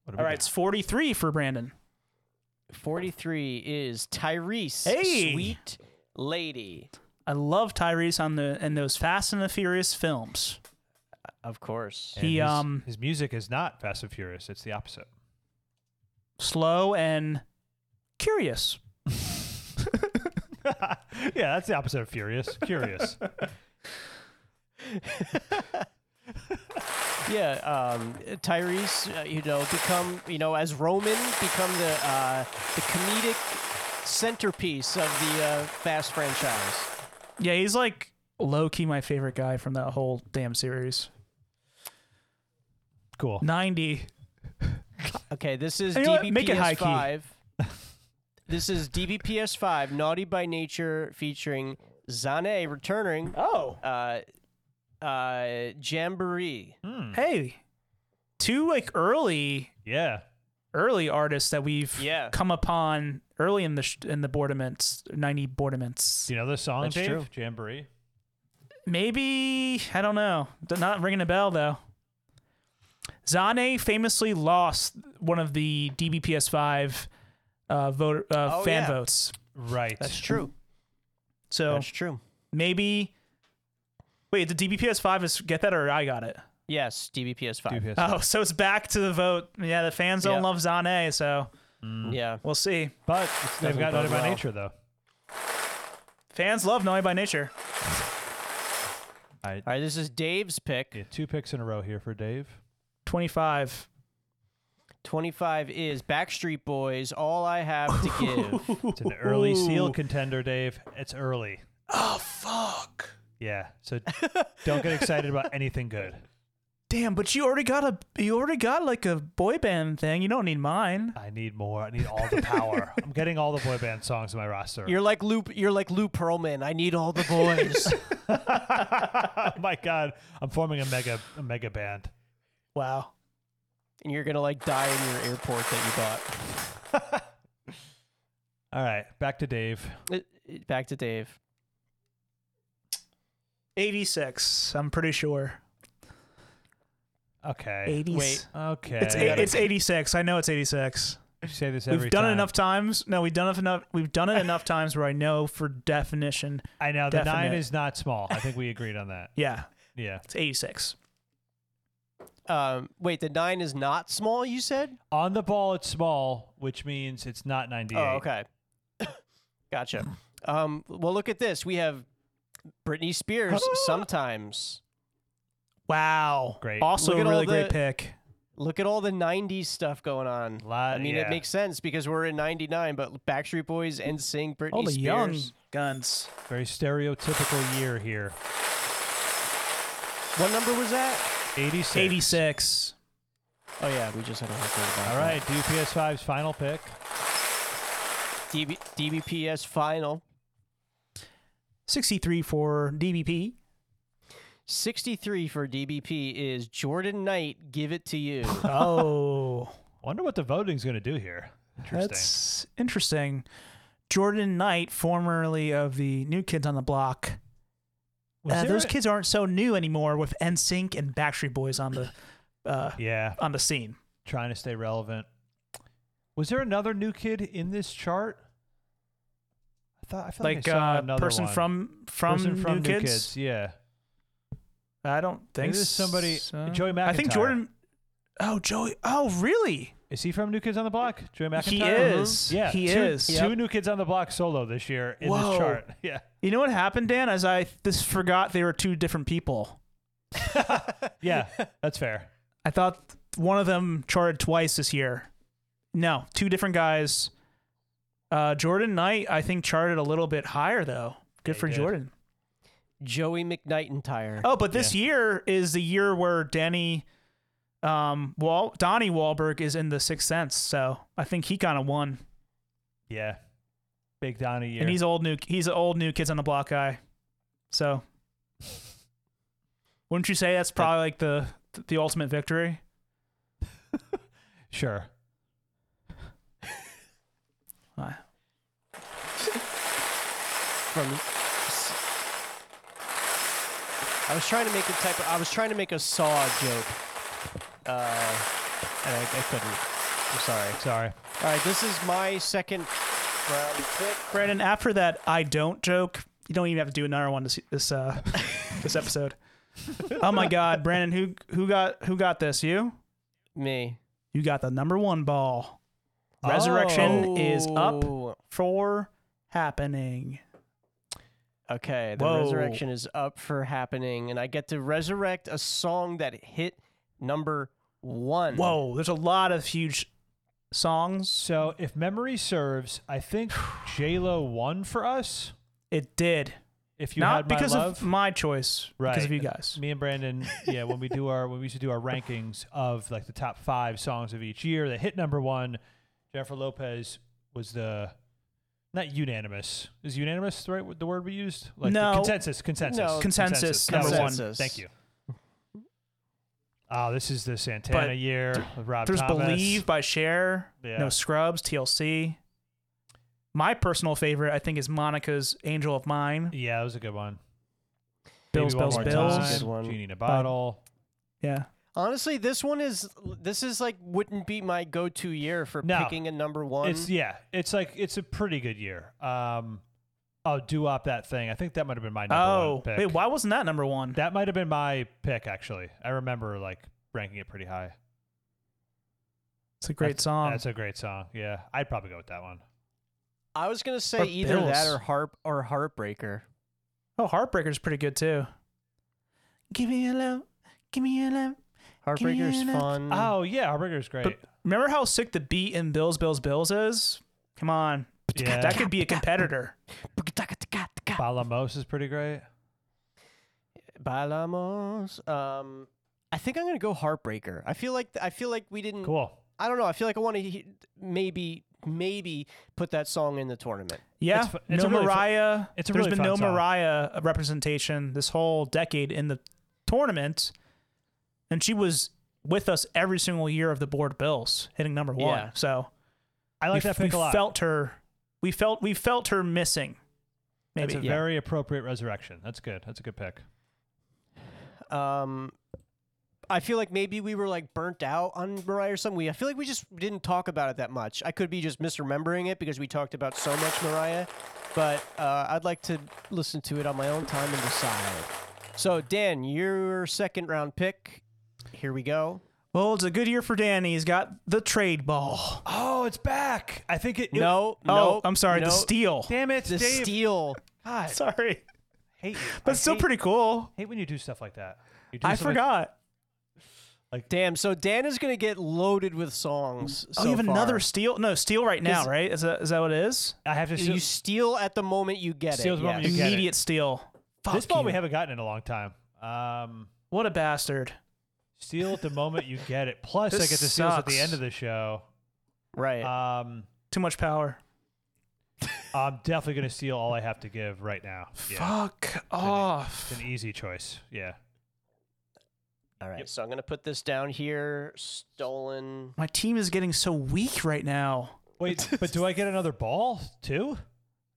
S3: What do we
S2: All right.
S3: got?
S2: It's 43 for Brandon.
S1: 43 is Tyrese.
S2: Hey!
S1: Sweet lady.
S2: I love Tyrese on the in those Fast and the Furious films.
S1: Of course.
S3: And
S2: He,
S3: his,
S2: um,
S3: his music is not Fast and Furious. It's the opposite.
S2: Slow and curious.
S3: yeah, that's the opposite of furious. Curious.
S1: Yeah, um, Tyrese, uh, you know, become, you know, as Roman, become the uh, the comedic centerpiece of the uh, Fast franchise.
S2: Yeah, he's like low key my favorite guy from that whole damn series.
S3: Cool.
S2: 90.
S1: Okay, this is
S2: You know what?
S1: DBPS5.
S2: Make it high key.
S1: this is DBPS5, Naughty by Nature, featuring Zane returning
S2: Oh.
S1: uh, uh, Jamboree.
S2: Hey. Two like early
S3: Yeah.
S2: early artists that we've
S1: Yeah.
S2: come upon early in the sh- in the boardaments, 90 boardaments.
S3: Do you know this song,
S1: That's
S3: Dave?
S1: true.
S3: Jamboree.
S2: Maybe I don't know. They're Not ringing a bell though. Zane famously lost one of the DBPS5 uh, voter uh,
S1: Oh,
S2: fan
S1: yeah.
S2: votes.
S3: Right.
S1: That's true.
S2: So
S1: That's true.
S2: maybe. Wait, did DBPS5 is get that or I got it?
S1: Yes, DBPS five.
S3: DPS.
S2: Oh, so it's back to the vote. Yeah, the fans don't
S1: Yeah.
S2: love Zane, so
S1: Yeah.
S2: we'll see.
S3: But they've
S1: doesn't
S3: got
S1: bode
S3: nothing by
S1: well.
S3: nature though.
S2: Fans love Noe by nature.
S1: All right. This is Dave's pick.
S3: Yeah, two picks in a row here for Dave.
S2: 25.
S1: 25 is Backstreet Boys, All I Have to Give.
S3: It's an early
S2: Ooh.
S3: seal contender, Dave. It's early.
S2: Oh, fuck.
S3: Yeah. So don't get excited about anything good.
S2: Damn, but you already got a you already got like a boy band thing. You don't need mine.
S3: I need more. I need all the power. I'm getting all the boy band songs in my roster.
S1: you're like Lou you're like Lou Pearlman. I need all the boys.
S3: oh my god. I'm forming a mega a mega band.
S2: Wow.
S1: and you're going to like die in your airport that you bought.
S3: All right, back to Dave.
S1: It- it- Uh, Back to Dave.
S2: 86, I'm pretty sure.
S3: Okay.
S2: 80s.
S1: Wait.
S3: Okay.
S2: It's,
S1: gotta-
S2: it's 86. I know it's 86.
S3: You say this every
S2: We've done
S3: time.
S2: it enough times. No, we've done it enough. We've done it enough times where I know for definition.
S3: I know the nine
S2: Definite.
S3: is not small. I think we agreed on that.
S2: Yeah,
S3: Yeah.
S2: it's 86.
S1: Um, wait, the 9 is not small, you said?
S3: On the ball, it's small, which means it's not 98.
S1: Oh, okay. gotcha. Um, well, look at this. We have Britney Spears sometimes.
S2: Wow.
S3: Great.
S2: Also,
S1: Look at all
S2: really
S1: the-
S2: great pick.
S1: Look at all the 90s stuff going on.
S3: Lot-
S1: I mean,
S3: yeah.
S1: it makes sense because we're in 99, but Backstreet Boys and Sing Britney
S2: All the
S1: Spears.
S2: young guns.
S3: Very stereotypical year here.
S1: What number was that?
S3: 86.
S2: 86.
S1: Oh yeah, we just had a hard
S3: All right, DPS5's final pick.
S1: DB, DBPS final
S2: 63 for DBP.
S1: 63 for DBP is Jordan Knight. Give it to you.
S2: Oh,
S3: Wonder what the voting's going to do here. Interesting.
S2: that's interesting. Jordan Knight, formerly of the New Kids on the Block.
S3: Was
S2: Uh,
S3: there
S2: those
S3: a-
S2: kids aren't so new anymore with NSYNC and Backstreet Boys on the uh,
S3: Yeah,
S2: on the scene.
S3: trying to stay relevant. Was there another new kid in this chart? I thought I felt like,
S2: Like
S3: I saw
S2: uh,
S3: another
S2: person
S3: one.
S2: from from,
S3: Person
S2: new, kids?
S3: Yeah.
S2: I don't think
S3: Maybe there's somebody- uh,
S2: so.
S3: Joey
S2: I think
S3: McIntyre.
S2: Jordan. Oh, Joey. Oh, really?
S3: Is he from New Kids on the Block? Joey McIntyre. Uh-huh.
S2: He is.
S3: Yeah,
S2: He
S3: two,
S2: is.
S3: Two
S2: Yep.
S3: New Kids on the Block solo this year in
S2: Whoa.
S3: this chart. Yeah.
S2: You know what happened, Dan? As I just forgot they were two different people.
S3: Yeah, that's fair.
S2: I thought one of them charted twice this year. No, two different guys. Uh, Jordan Knight, I think, charted a little bit higher though. Good
S3: he
S2: for
S3: did.
S2: Jordan.
S1: Joey McKnight
S2: Oh, but this year is the year where Danny, um, Wal- Donnie Wahlberg is in the Sixth Sense, so I think he kind of won.
S3: Yeah. Big Donnie year.
S2: And he's old new. He's an old new Kids on the Block guy, so wouldn't you say that's probably like the the ultimate victory?
S3: sure.
S2: Uh,
S1: from. I was trying to make a type. Of, I was trying to make a saw joke. Uh, and I, I couldn't. I'm sorry.
S3: Sorry.
S1: All right, this is my second round pick.
S2: Brandon, after that I don't joke, you don't even have to do another one this this uh this episode. oh my god, Brandon, who who got who got this? You?
S1: Me.
S2: You got the number one ball. Resurrection is up
S1: Oh,
S2: for happening.
S1: Okay, the
S2: Whoa.
S1: resurrection is up for happening, and I get to resurrect a song that hit number one.
S2: Whoa, there's a lot of huge songs.
S3: So, if memory serves, I think J Lo won for us.
S2: It did.
S3: If you
S2: Not
S3: had my
S2: because
S3: love,
S2: of my choice,
S3: right?
S2: because of you guys.
S3: Me and Brandon, yeah. When we do our when we used to do our rankings of like the top five songs of each year that hit number one, Jennifer Lopez was the not unanimous. Is unanimous the right the word we used? Like the
S2: No.
S3: consensus, consensus,
S1: No.
S2: Consensus,
S3: That was
S2: number
S3: it.
S1: one.
S3: Thank you. Oh, this is the Santana
S2: But
S3: year. With Rob
S2: There's
S3: Thomas.
S2: Believe by Cher,
S3: Yeah.
S2: No Scrubs, TLC. My personal favorite, I think, is Monica's Angel of Mine.
S3: Yeah, that was a good one.
S2: Bills,
S3: Baby One
S2: Bills,
S3: More
S2: Bills.
S3: Time,
S1: Good one.
S3: Genie in a Bottle.
S2: Yeah.
S1: Honestly, this one is this is like wouldn't be my go-to year for
S3: No.
S1: picking a number one.
S3: It's yeah. It's like it's a pretty good year. Um, oh, do op that thing. I think that might have been my number
S2: Oh,
S3: one pick.
S2: wait, why wasn't that number one?
S3: That might have been my pick actually. I remember like ranking it pretty high.
S2: It's a great
S3: that's,
S2: song. Mm.
S3: That's a great song. Yeah, I'd probably go with that one.
S1: I was gonna
S2: Or
S1: say either that
S2: Bills.
S1: or harp or heartbreaker.
S2: oh, Heartbreaker's pretty good too. Give me a love. Give me a love.
S1: Heartbreaker's
S2: Get up.
S1: fun.
S3: Oh yeah, Heartbreaker's great.
S2: But remember how sick the beat in Bills, Bills, Bills is? Come on.
S3: yeah,
S2: That could be a competitor.
S3: Balamos is pretty great.
S1: Bailamos. Um, I think I'm gonna go heartbreaker. I feel like I feel like we didn't.
S2: Mm.
S3: Cool.
S1: I don't know. I feel like I want to maybe maybe put that song in the tournament.
S2: Yeah.
S3: It's fu- it's
S2: no
S3: a really fu-
S2: Mariah.
S3: it's a
S2: There's
S3: really
S2: been
S3: fun
S2: no
S3: song.
S2: Mariah representation this whole decade in the tournament. And she was with us every single year of the board Bills, hitting number one.
S1: Yeah.
S2: So
S3: I like
S2: we,
S3: that pick
S2: we
S3: a lot.
S2: felt her. We felt we felt her missing.
S3: That's
S2: Maybe
S3: a
S1: yeah.
S3: very appropriate resurrection. That's good. That's a good pick.
S1: Um, I feel like maybe we were like burnt out on Mariah or something. We I feel like we just didn't talk about it that much. I could be just misremembering it because we talked about so much Mariah, but uh, I'd like to listen to it on my own time and decide. So Dan, your second round pick. Here we go.
S2: Well, it's a good year for Danny. He's got the trade ball.
S3: Oh, it's back. I think it.
S1: No,
S2: oh,
S1: no,
S2: I'm sorry,
S1: no,
S2: the steal.
S3: Damn it,
S1: The
S3: Dave.
S1: steal.
S3: God,
S2: Sorry.
S3: hate you. I
S2: That's still
S3: hate-
S2: pretty cool.
S3: Hate when you do stuff like that. You do
S2: I
S3: stuff like-
S2: forgot.
S1: Damn. So Dan is gonna get loaded with songs. so
S2: Oh, you have
S1: far.
S2: another steal? No, steal right now,
S1: Is-
S2: right? Is that, is that what it is?
S3: I have to.
S1: You
S3: Steal,
S1: steal at the moment you get
S3: Steal
S1: it.
S3: the moment
S1: yes.
S3: you get it.
S2: Immediate steal. Fuck
S3: this ball we
S2: you.
S3: haven't gotten in a long time. Um,
S2: What a bastard.
S3: steal at the moment you get it. Plus, I
S2: This
S3: get the steals at the
S2: sucks.
S3: end of the show.
S1: Right.
S3: Um,
S2: Too much power.
S3: I'm definitely gonna steal all I have to give right now. Yeah,
S2: Fuck off.
S3: it's an easy choice. Yeah,
S1: All right.
S3: Yep.
S1: So I'm gonna put this down here. Stolen.
S2: My team is getting so weak right now.
S3: Wait, but do I get another ball too?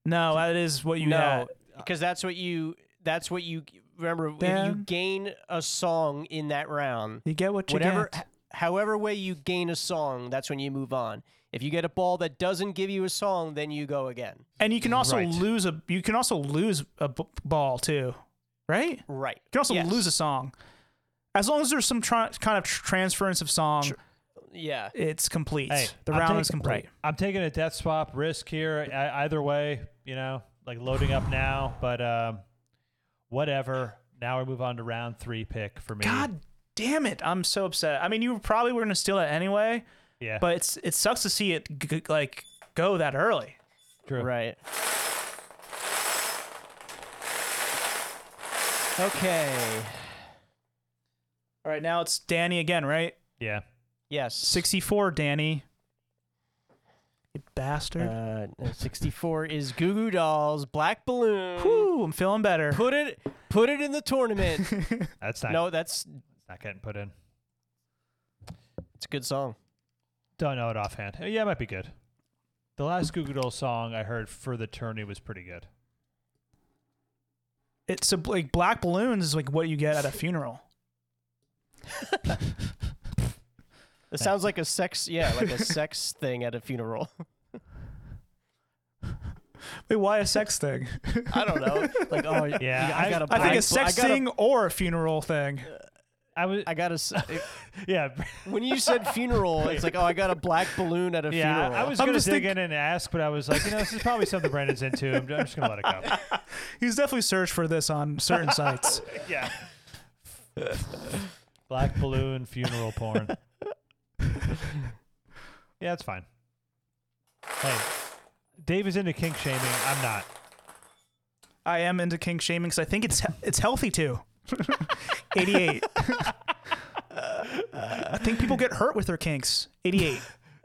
S2: No, that is what you
S1: no,
S2: had. uh,
S1: because that's what you. That's what you remember. If you
S2: Dan?
S1: gain a song in that round,
S2: You get what you
S1: whatever,
S2: get.
S1: h- however way you gain a song, that's when you move on. If you get a ball that doesn't give you a song, then you go again.
S2: And you can also
S3: Right.
S2: lose a you can also lose a b- ball too, right? You
S1: Right.
S2: can also
S1: Yes.
S2: lose a song. As long as there's some tr- kind of tr- transference of song,
S1: Yeah.
S2: it's complete.
S3: Hey,
S2: the
S3: I'm
S2: round
S3: taking-
S2: is complete.
S3: I'm taking a death swap risk here. I, either way, you know, like loading up now, but um, whatever. Now we move on to round three pick for me.
S2: God damn it! I'm so upset. I mean, you probably were gonna steal it anyway,
S3: yeah,
S2: but it's it sucks to see it g- g- like go that early.
S3: true.
S1: Right. Okay.
S2: All right, now it's Danny again, right?
S3: Yeah,
S1: Yes.
S2: 64, Danny. You bastard.
S1: Uh, 64 is Goo Goo Dolls, Black Balloon.
S2: Whew, I'm feeling better.
S1: Put it, put it in the tournament.
S3: that's not
S1: no, that's
S3: not getting put in.
S1: it's a good song.
S3: Don't know it offhand. Uh, Yeah, it might be good. The last Goo Goo Dolls song I heard for the tourney was pretty good.
S2: It's a, like black balloons is like what you get at a funeral.
S1: It sounds like a sex, yeah, like a sex thing at a funeral.
S2: Wait, why a sex thing?
S1: I don't know. Like, oh, yeah, I,
S3: I-
S1: got a
S2: I think
S1: black-
S2: a sex
S1: I got a-
S2: thing or a funeral thing.
S3: I was
S1: I got a. s-
S3: yeah
S1: When you said funeral, it's like, oh, I got a black balloon at a
S3: yeah.
S1: funeral.
S3: I was
S2: I'm
S3: gonna dig
S2: just think-
S3: in and ask, but I was like, you know, this is probably something Brandon's into. I'm just gonna let it go.
S2: He's definitely searched for this on certain sites.
S3: yeah. Black balloon funeral porn. yeah, it's fine. Hey, Dave is into kink shaming. I'm not.
S2: I am into kink shaming because I think it's it's healthy too. 88. I think people get hurt with their kinks. 88.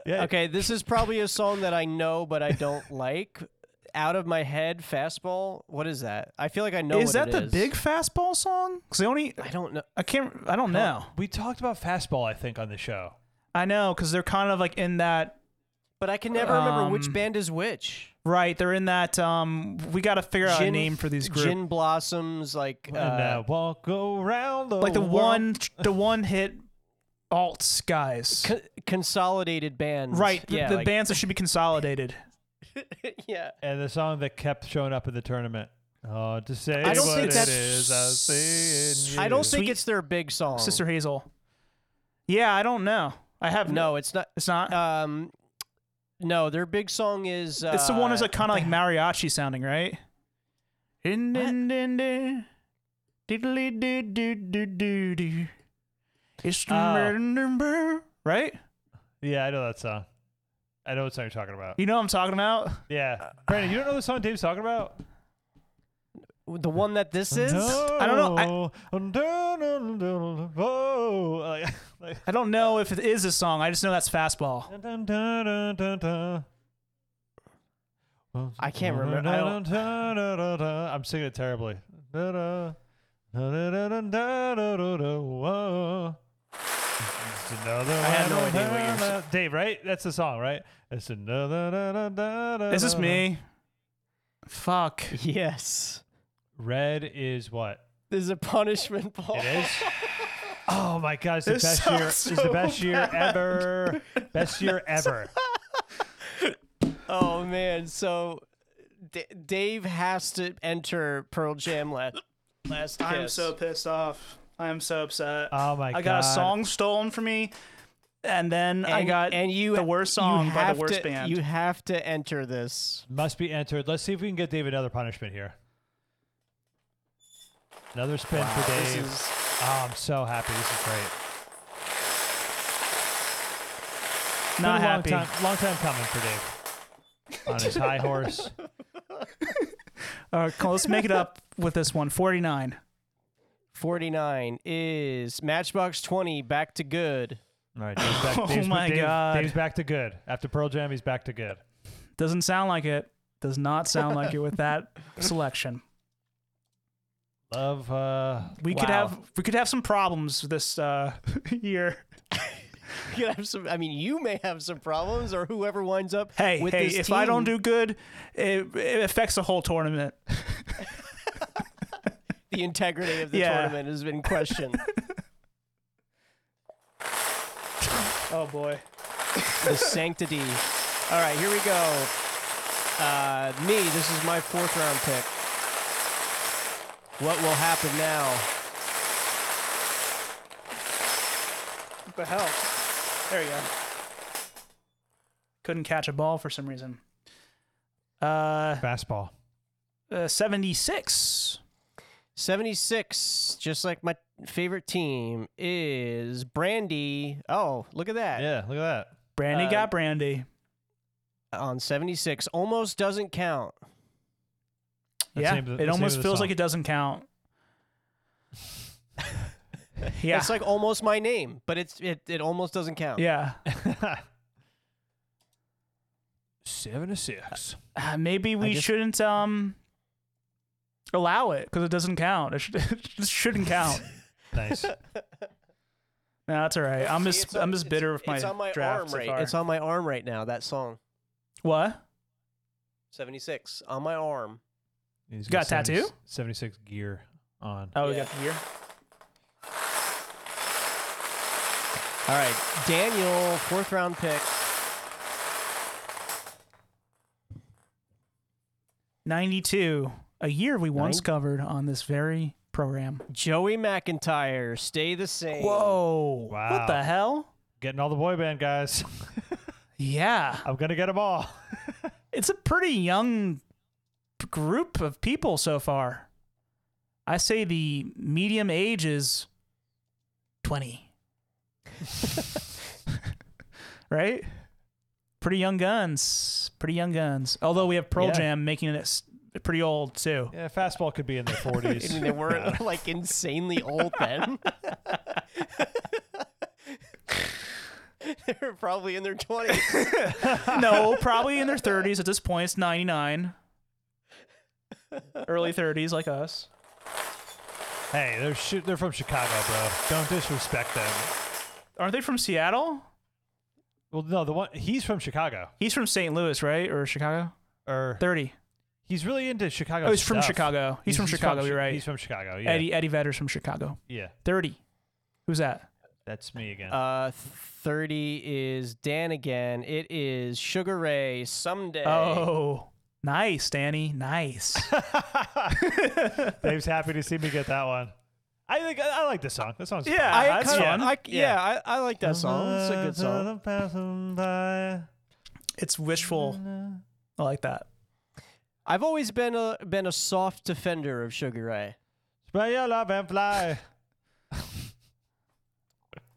S3: Yeah.
S1: okay, this is probably a song that I know but I don't like. Out of my head, fastball. What is that? I feel like I know.
S2: is
S1: what
S2: that
S1: it
S2: the big fastball song? Because they only
S1: I don't know.
S2: I can't I don't know.
S3: We talked about fastball, I think, on the show.
S2: I know because they're kind of like in that
S1: But I can never remember which
S2: Um,
S1: band is which.
S2: Right, they're in that. Um, we got to figure out a name for these groups.
S1: Gin Blossoms, like uh,
S3: and uh, walk around the
S2: like the
S3: world.
S2: one, the one hit alts guys.
S1: co- consolidated bands.
S2: right, the,
S1: yeah,
S2: the
S1: like-
S2: bands that should be consolidated.
S1: yeah.
S3: and the song that kept showing up in the tournament. Oh, to say
S1: I don't
S3: what
S1: think
S3: it
S1: that's-
S3: is I see in
S1: I don't
S3: you.
S1: think
S2: Sweet-
S1: it's their big song.
S3: Oh.
S2: Sister Hazel. Yeah, I don't know. I have
S1: No, it's not.
S2: It's not. uh,
S1: Um, no, their big song is. Uh,
S2: it's the one that's like kind of like mariachi sounding, right? Din din din din. Diddly do do do do do. It's
S3: Oh.
S2: the right.
S3: Yeah, I know that song. I know what song you're talking about.
S2: You know what I'm talking about?
S3: Yeah, Brandon, you don't know the song Dave's talking about?
S1: the one that this is.
S2: I don't know, I-
S3: know. like, like,
S2: I don't know if it is a song. I just know that's fastball.
S3: dun, dun, dun, dun, dun, dun.
S1: I can't remember- I don't-
S3: I'm singing it terribly. Da, da, da, da, da, da, da, da, da, da, whoa. It's another I
S1: have no idea what you're saying.
S3: Dave, right? That's the song, right? It's another. Da, da, da, da,
S2: Is this
S3: da,
S2: me? Fuck.
S1: Yes,
S3: da. Red is what?
S1: this is a punishment ball.
S3: It is. Oh my god, it's the
S2: This
S3: best
S2: sucks
S3: year. it's the
S2: so
S3: best year ever. Best year ever.
S1: Oh man, so D- Dave has to enter Pearl Jam last last kiss.
S2: I'm so pissed off. I'm so upset.
S3: Oh my
S2: I
S3: god.
S2: got a song stolen from me, and then I
S1: And-
S2: got
S1: and you
S2: the worst
S1: you
S2: song by
S1: have
S2: the worst
S1: to-
S2: band.
S1: You have to enter this.
S3: Must be entered. Let's see if we can get Dave another punishment here. Another spin for
S1: This
S3: Dave.
S1: is
S3: oh, I'm so happy. This is great. Been a
S2: Not
S3: long
S2: happy.
S3: Time, long time coming for Dave. On his high horse.
S2: All right, cool, let's make it up with this one. 49.
S1: 49 is Matchbox 20 back to good.
S3: All right, Dave's back,
S2: Oh
S3: Dave's,
S2: my
S3: Dave-
S2: God.
S3: Dave's back to good. After Pearl Jam, he's back to good.
S2: Doesn't sound like it. Does not sound like it with that selection.
S3: Love. Uh,
S2: We could
S3: wow.
S2: have we could have some problems this uh, year.
S1: You have some I mean you may have some problems or whoever winds up
S2: Hey,
S1: with
S2: hey!
S1: this
S2: If I don't
S1: team,
S2: do good, it, it affects the whole tournament.
S1: the integrity of the
S2: Yeah.
S1: tournament has been questioned.
S2: Oh boy!
S1: the sanctity. All right, here we go. Uh, me, this is my fourth round pick. What will happen now?
S2: What the hell? There you go. Couldn't catch a ball for some reason. Uh,
S3: fastball.
S2: uh 76.
S1: 76, just like my favorite team, is Brandy. Oh, look at that.
S3: Yeah, look at that.
S2: Brandy
S1: Uh,
S2: got Brandy.
S1: On 76, almost doesn't count.
S3: That's
S2: yeah,
S3: the name of the- that's
S2: it
S3: the
S2: almost
S3: name of the
S2: feels like
S3: song.
S2: it doesn't count. yeah,
S1: It's like almost my name, but it's it, it almost doesn't count.
S2: yeah.
S3: Seven to six.
S2: Uh, maybe we
S1: just-
S2: shouldn't um allow it because it doesn't count. It, should, it just shouldn't count.
S3: Nice.
S2: no, that's all right. I'm
S1: See,
S2: just
S1: it's on-
S2: I'm just bitter
S1: it's-
S2: with my
S1: it's on my
S2: draft
S1: arm
S2: so
S1: right.
S2: far.
S1: It's on my arm right now, that song.
S2: what?
S1: 76 on my arm.
S3: He's
S2: Got a tattoo?
S3: 76 gear on.
S2: Oh, we
S1: Yeah.
S2: got the year.
S1: All right, Daniel, fourth round pick.
S2: 92, a year we once
S1: Nine-
S2: covered on this very program.
S1: Joey McIntyre, stay the same.
S2: Whoa!
S3: Wow.
S2: What the hell?
S3: Getting all the boy band guys.
S2: Yeah,
S3: I'm going to get them all.
S2: it's a pretty young p- group of people so far. I say the medium age is 20. right? Pretty young guns. Pretty young guns. Although we have Pearl
S3: Yeah.
S2: Jam making it s- pretty old too.
S3: Yeah, fastball could be in their 40s.
S1: I mean, they weren't like insanely old then. they were probably in their 20s.
S2: no, probably in their 30s at this point. It's 99. Early 30s like us.
S3: Hey, they're sh- they're from Chicago, bro. Don't disrespect them.
S2: Aren't they from Seattle?
S3: Well, no, the one he's from Chicago,
S2: He's from St. Louis, right? Or Chicago?
S3: or
S2: 30.
S3: he's really into Chicago.
S2: oh, he's from
S3: stuff.
S2: Chicago. He's, from Chicago,
S3: Chi-
S2: you're right.
S3: He's from Chicago. Yeah,
S2: Eddie Eddie Vedder's from Chicago.
S3: yeah,
S2: 30. Who's that?
S3: that's me again.
S1: Uh, 30 is Dan again. It is Sugar Ray someday.
S2: Oh, nice, Danny. Nice.
S3: Dave's happy to see me get that one. I think I, I like this song. This song's
S2: Yeah,
S1: I
S2: that's
S1: kinda-
S2: fun.
S1: I, yeah,
S3: Yeah.
S1: I, I like that song. It's a good song.
S2: it's wishful. I like that.
S1: I've always been a been a soft defender of Sugar Ray.
S3: Spread your love and fly.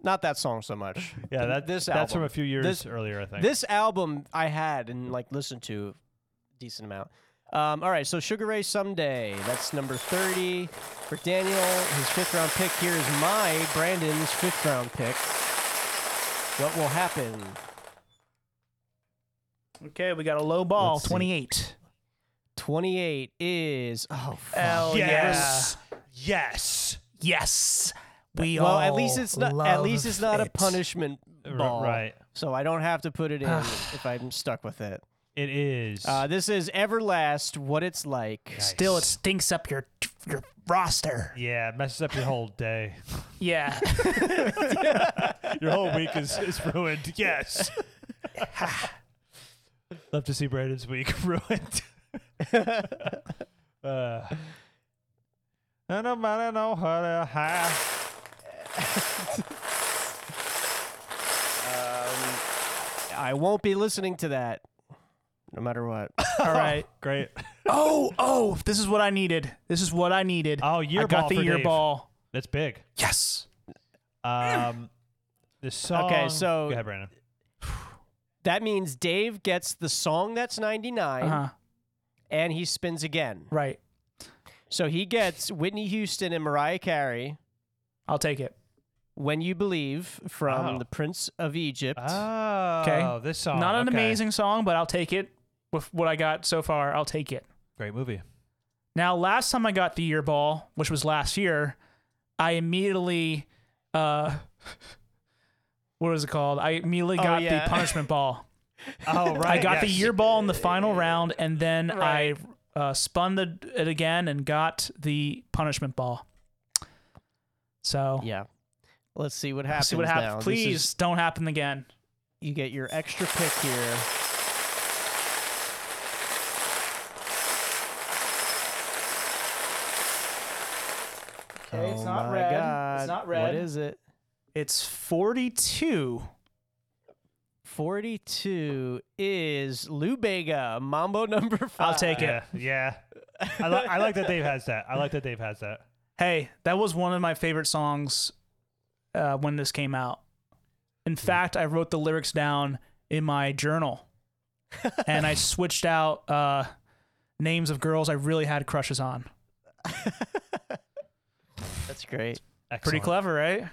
S1: Not that song so much.
S3: Yeah, that,
S1: this
S3: that's from
S1: album.
S3: a few years
S1: This-
S3: earlier, I think.
S1: This album I had and like listened to a decent amount. Um, all right, so Sugar Ray someday. That's number thirty for Daniel. His fifth round pick here is my Brandon's fifth round pick. What will happen?
S2: Okay, we got a low ball,
S3: Let's see.
S2: 28.
S1: Twenty eight is oh fuck.
S2: Hell
S3: Yes.
S2: yeah.
S3: yes.
S2: Yes. We
S1: well,
S2: all
S1: at least it's not at least it's
S2: love
S1: not a
S2: it.
S1: punishment
S3: R-
S1: ball,
S3: right.
S1: So I don't have to put it in if I'm stuck with it.
S3: It is.
S1: Uh, this is Everlast. What it's like.
S3: Nice.
S2: Still, it stinks up your your roster.
S3: yeah, it messes up your whole day.
S2: Yeah.
S3: Your whole week is, is ruined. Yes. Love to see Brandon's week ruined. uh, and nobody know how to hide.
S1: I won't be listening to that, no matter what.
S2: all right.
S3: Great.
S2: Oh, oh, this is what I needed. This is what I needed.
S3: Oh, year
S2: I got
S3: ball
S2: the
S3: for
S2: year
S3: Dave.
S2: ball.
S3: That's big.
S2: Yes.
S3: Um, the song.
S1: so-
S3: go ahead, Brandon.
S1: that means Dave gets the song that's 99
S2: Uh huh.
S1: and he spins again.
S2: Right.
S1: So he gets Whitney Houston and Mariah Carey,
S2: I'll take it.
S1: When You Believe from
S3: Oh.
S1: The Prince of Egypt.
S3: Oh,
S2: Okay.
S3: this song.
S2: Not an
S3: okay.
S2: amazing song, but I'll take it with what I got so far. I'll take it.
S3: Great movie.
S2: Now, last time I got the year ball, which was last year, I immediately, uh, what is it called? I immediately
S1: Oh,
S2: got
S1: yeah.
S2: the punishment ball.
S3: Oh, right.
S2: I got the
S3: yes.
S2: year ball in the final round, and then
S1: Right.
S2: I uh, spun the, it again and got the punishment ball. So
S1: Yeah. Let's see what happens.
S2: see what happens.
S1: now. This is-
S2: Please don't happen again.
S1: you get your extra pick here.
S2: Okay, it's
S1: Oh
S2: not
S1: my
S2: red. It's
S1: God.
S2: not
S1: What
S2: red.
S1: is it?
S2: It's forty-two.
S1: 42 is Lubega, Mambo number 5.
S2: I'll take it.
S3: Yeah. Yeah. I, li- I like that Dave has that. I like that Dave has that.
S2: Hey, that was one of my favorite songs uh, when this came out. In fact, I wrote the lyrics down in my journal, and I switched out uh, names of girls I really had crushes on.
S1: That's great.
S2: Pretty
S3: Excellent.
S2: clever, right?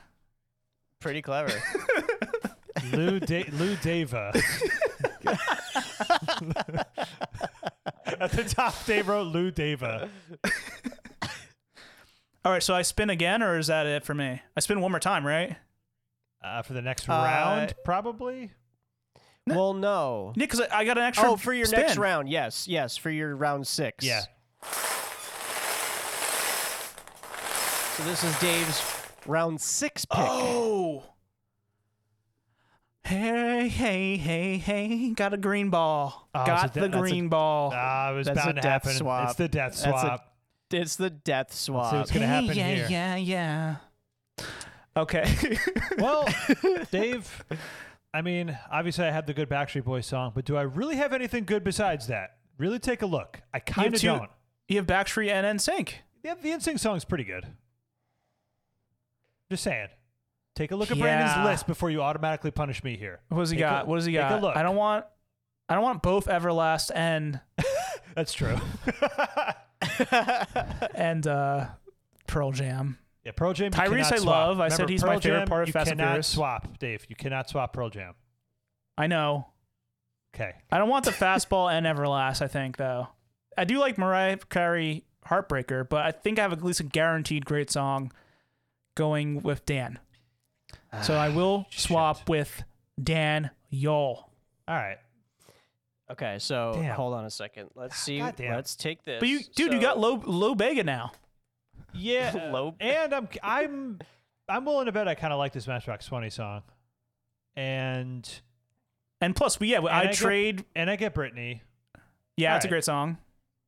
S1: Pretty clever.
S3: Lou, da- Lou Dava. At the top, Dave wrote Lou Dava.
S2: All right, so I spin again, or is that it for me? I spin one more time, right?
S3: Uh, for the next
S1: Uh,
S3: round, probably.
S1: well, no.
S2: Yeah, because I, I got an extra.
S1: Oh, for your
S2: spin.
S1: next round. Yes, yes, for your round six.
S3: Yeah.
S1: So this is Dave's round six pick.
S2: Oh. Hey, hey, hey, hey! Got a green ball.
S3: Oh, it's
S2: got
S3: a de-
S2: the
S3: that's a-
S2: green ball.
S3: Ah, it was
S1: That's a
S3: bound to
S1: death
S3: happen.
S1: swap.
S3: It's the death
S1: That's a-
S3: swap.
S1: It's the death swap.
S3: Let's see what's gonna
S2: Hey,
S3: happen
S2: yeah,
S3: here.
S2: Yeah, yeah, Okay.
S3: Well, Dave, I mean, obviously I have the good Backstreet Boys song, but do I really have anything good besides that? Really take a look. I kind of
S2: two-
S3: don't.
S2: you have Backstreet and NSYNC.
S3: Yeah, the NSYNC song's pretty good. Just saying. Take a look at
S2: Yeah.
S3: Brandon's list before you automatically punish me here.
S2: What does he
S3: Take a-
S2: got? what does he
S3: take a
S2: got?
S3: look.
S2: I don't want. I don't want both Everlast and
S3: That's true.
S2: and uh, Pearl Jam.
S3: yeah, Pearl Jam. you
S2: Tyrese
S3: cannot
S2: I
S3: swap.
S2: love. I
S3: Remember,
S2: said he's my
S3: Pearl
S2: favorite
S3: Jam,
S2: part of
S3: you
S2: Fast and
S3: cannot
S2: Furious.
S3: swap, Dave. You cannot swap Pearl Jam.
S2: I know.
S3: Okay.
S2: I don't want the fastball and Everlast. I think though. I do like Mariah Carey Heartbreaker, but I think I have at least a guaranteed great song
S3: Ah,
S2: going with Dan. So I will swap with Dan y'all.
S3: All right.
S1: Okay, so
S3: Damn.
S1: hold on a second. Let's see.
S3: Goddamn.
S1: Let's take this.
S2: Ah, But you, dude, you got
S1: So-
S2: low low Bega now.
S3: Yeah.
S1: Low-
S3: And I'm I'm I'm willing to bet I kind of like this Matchbox Twenty song, and
S2: And plus, we yeah,
S3: and
S2: I,
S3: get-
S2: trade.
S3: and I get Britney.
S2: yeah, it's a
S3: alright.
S2: great song.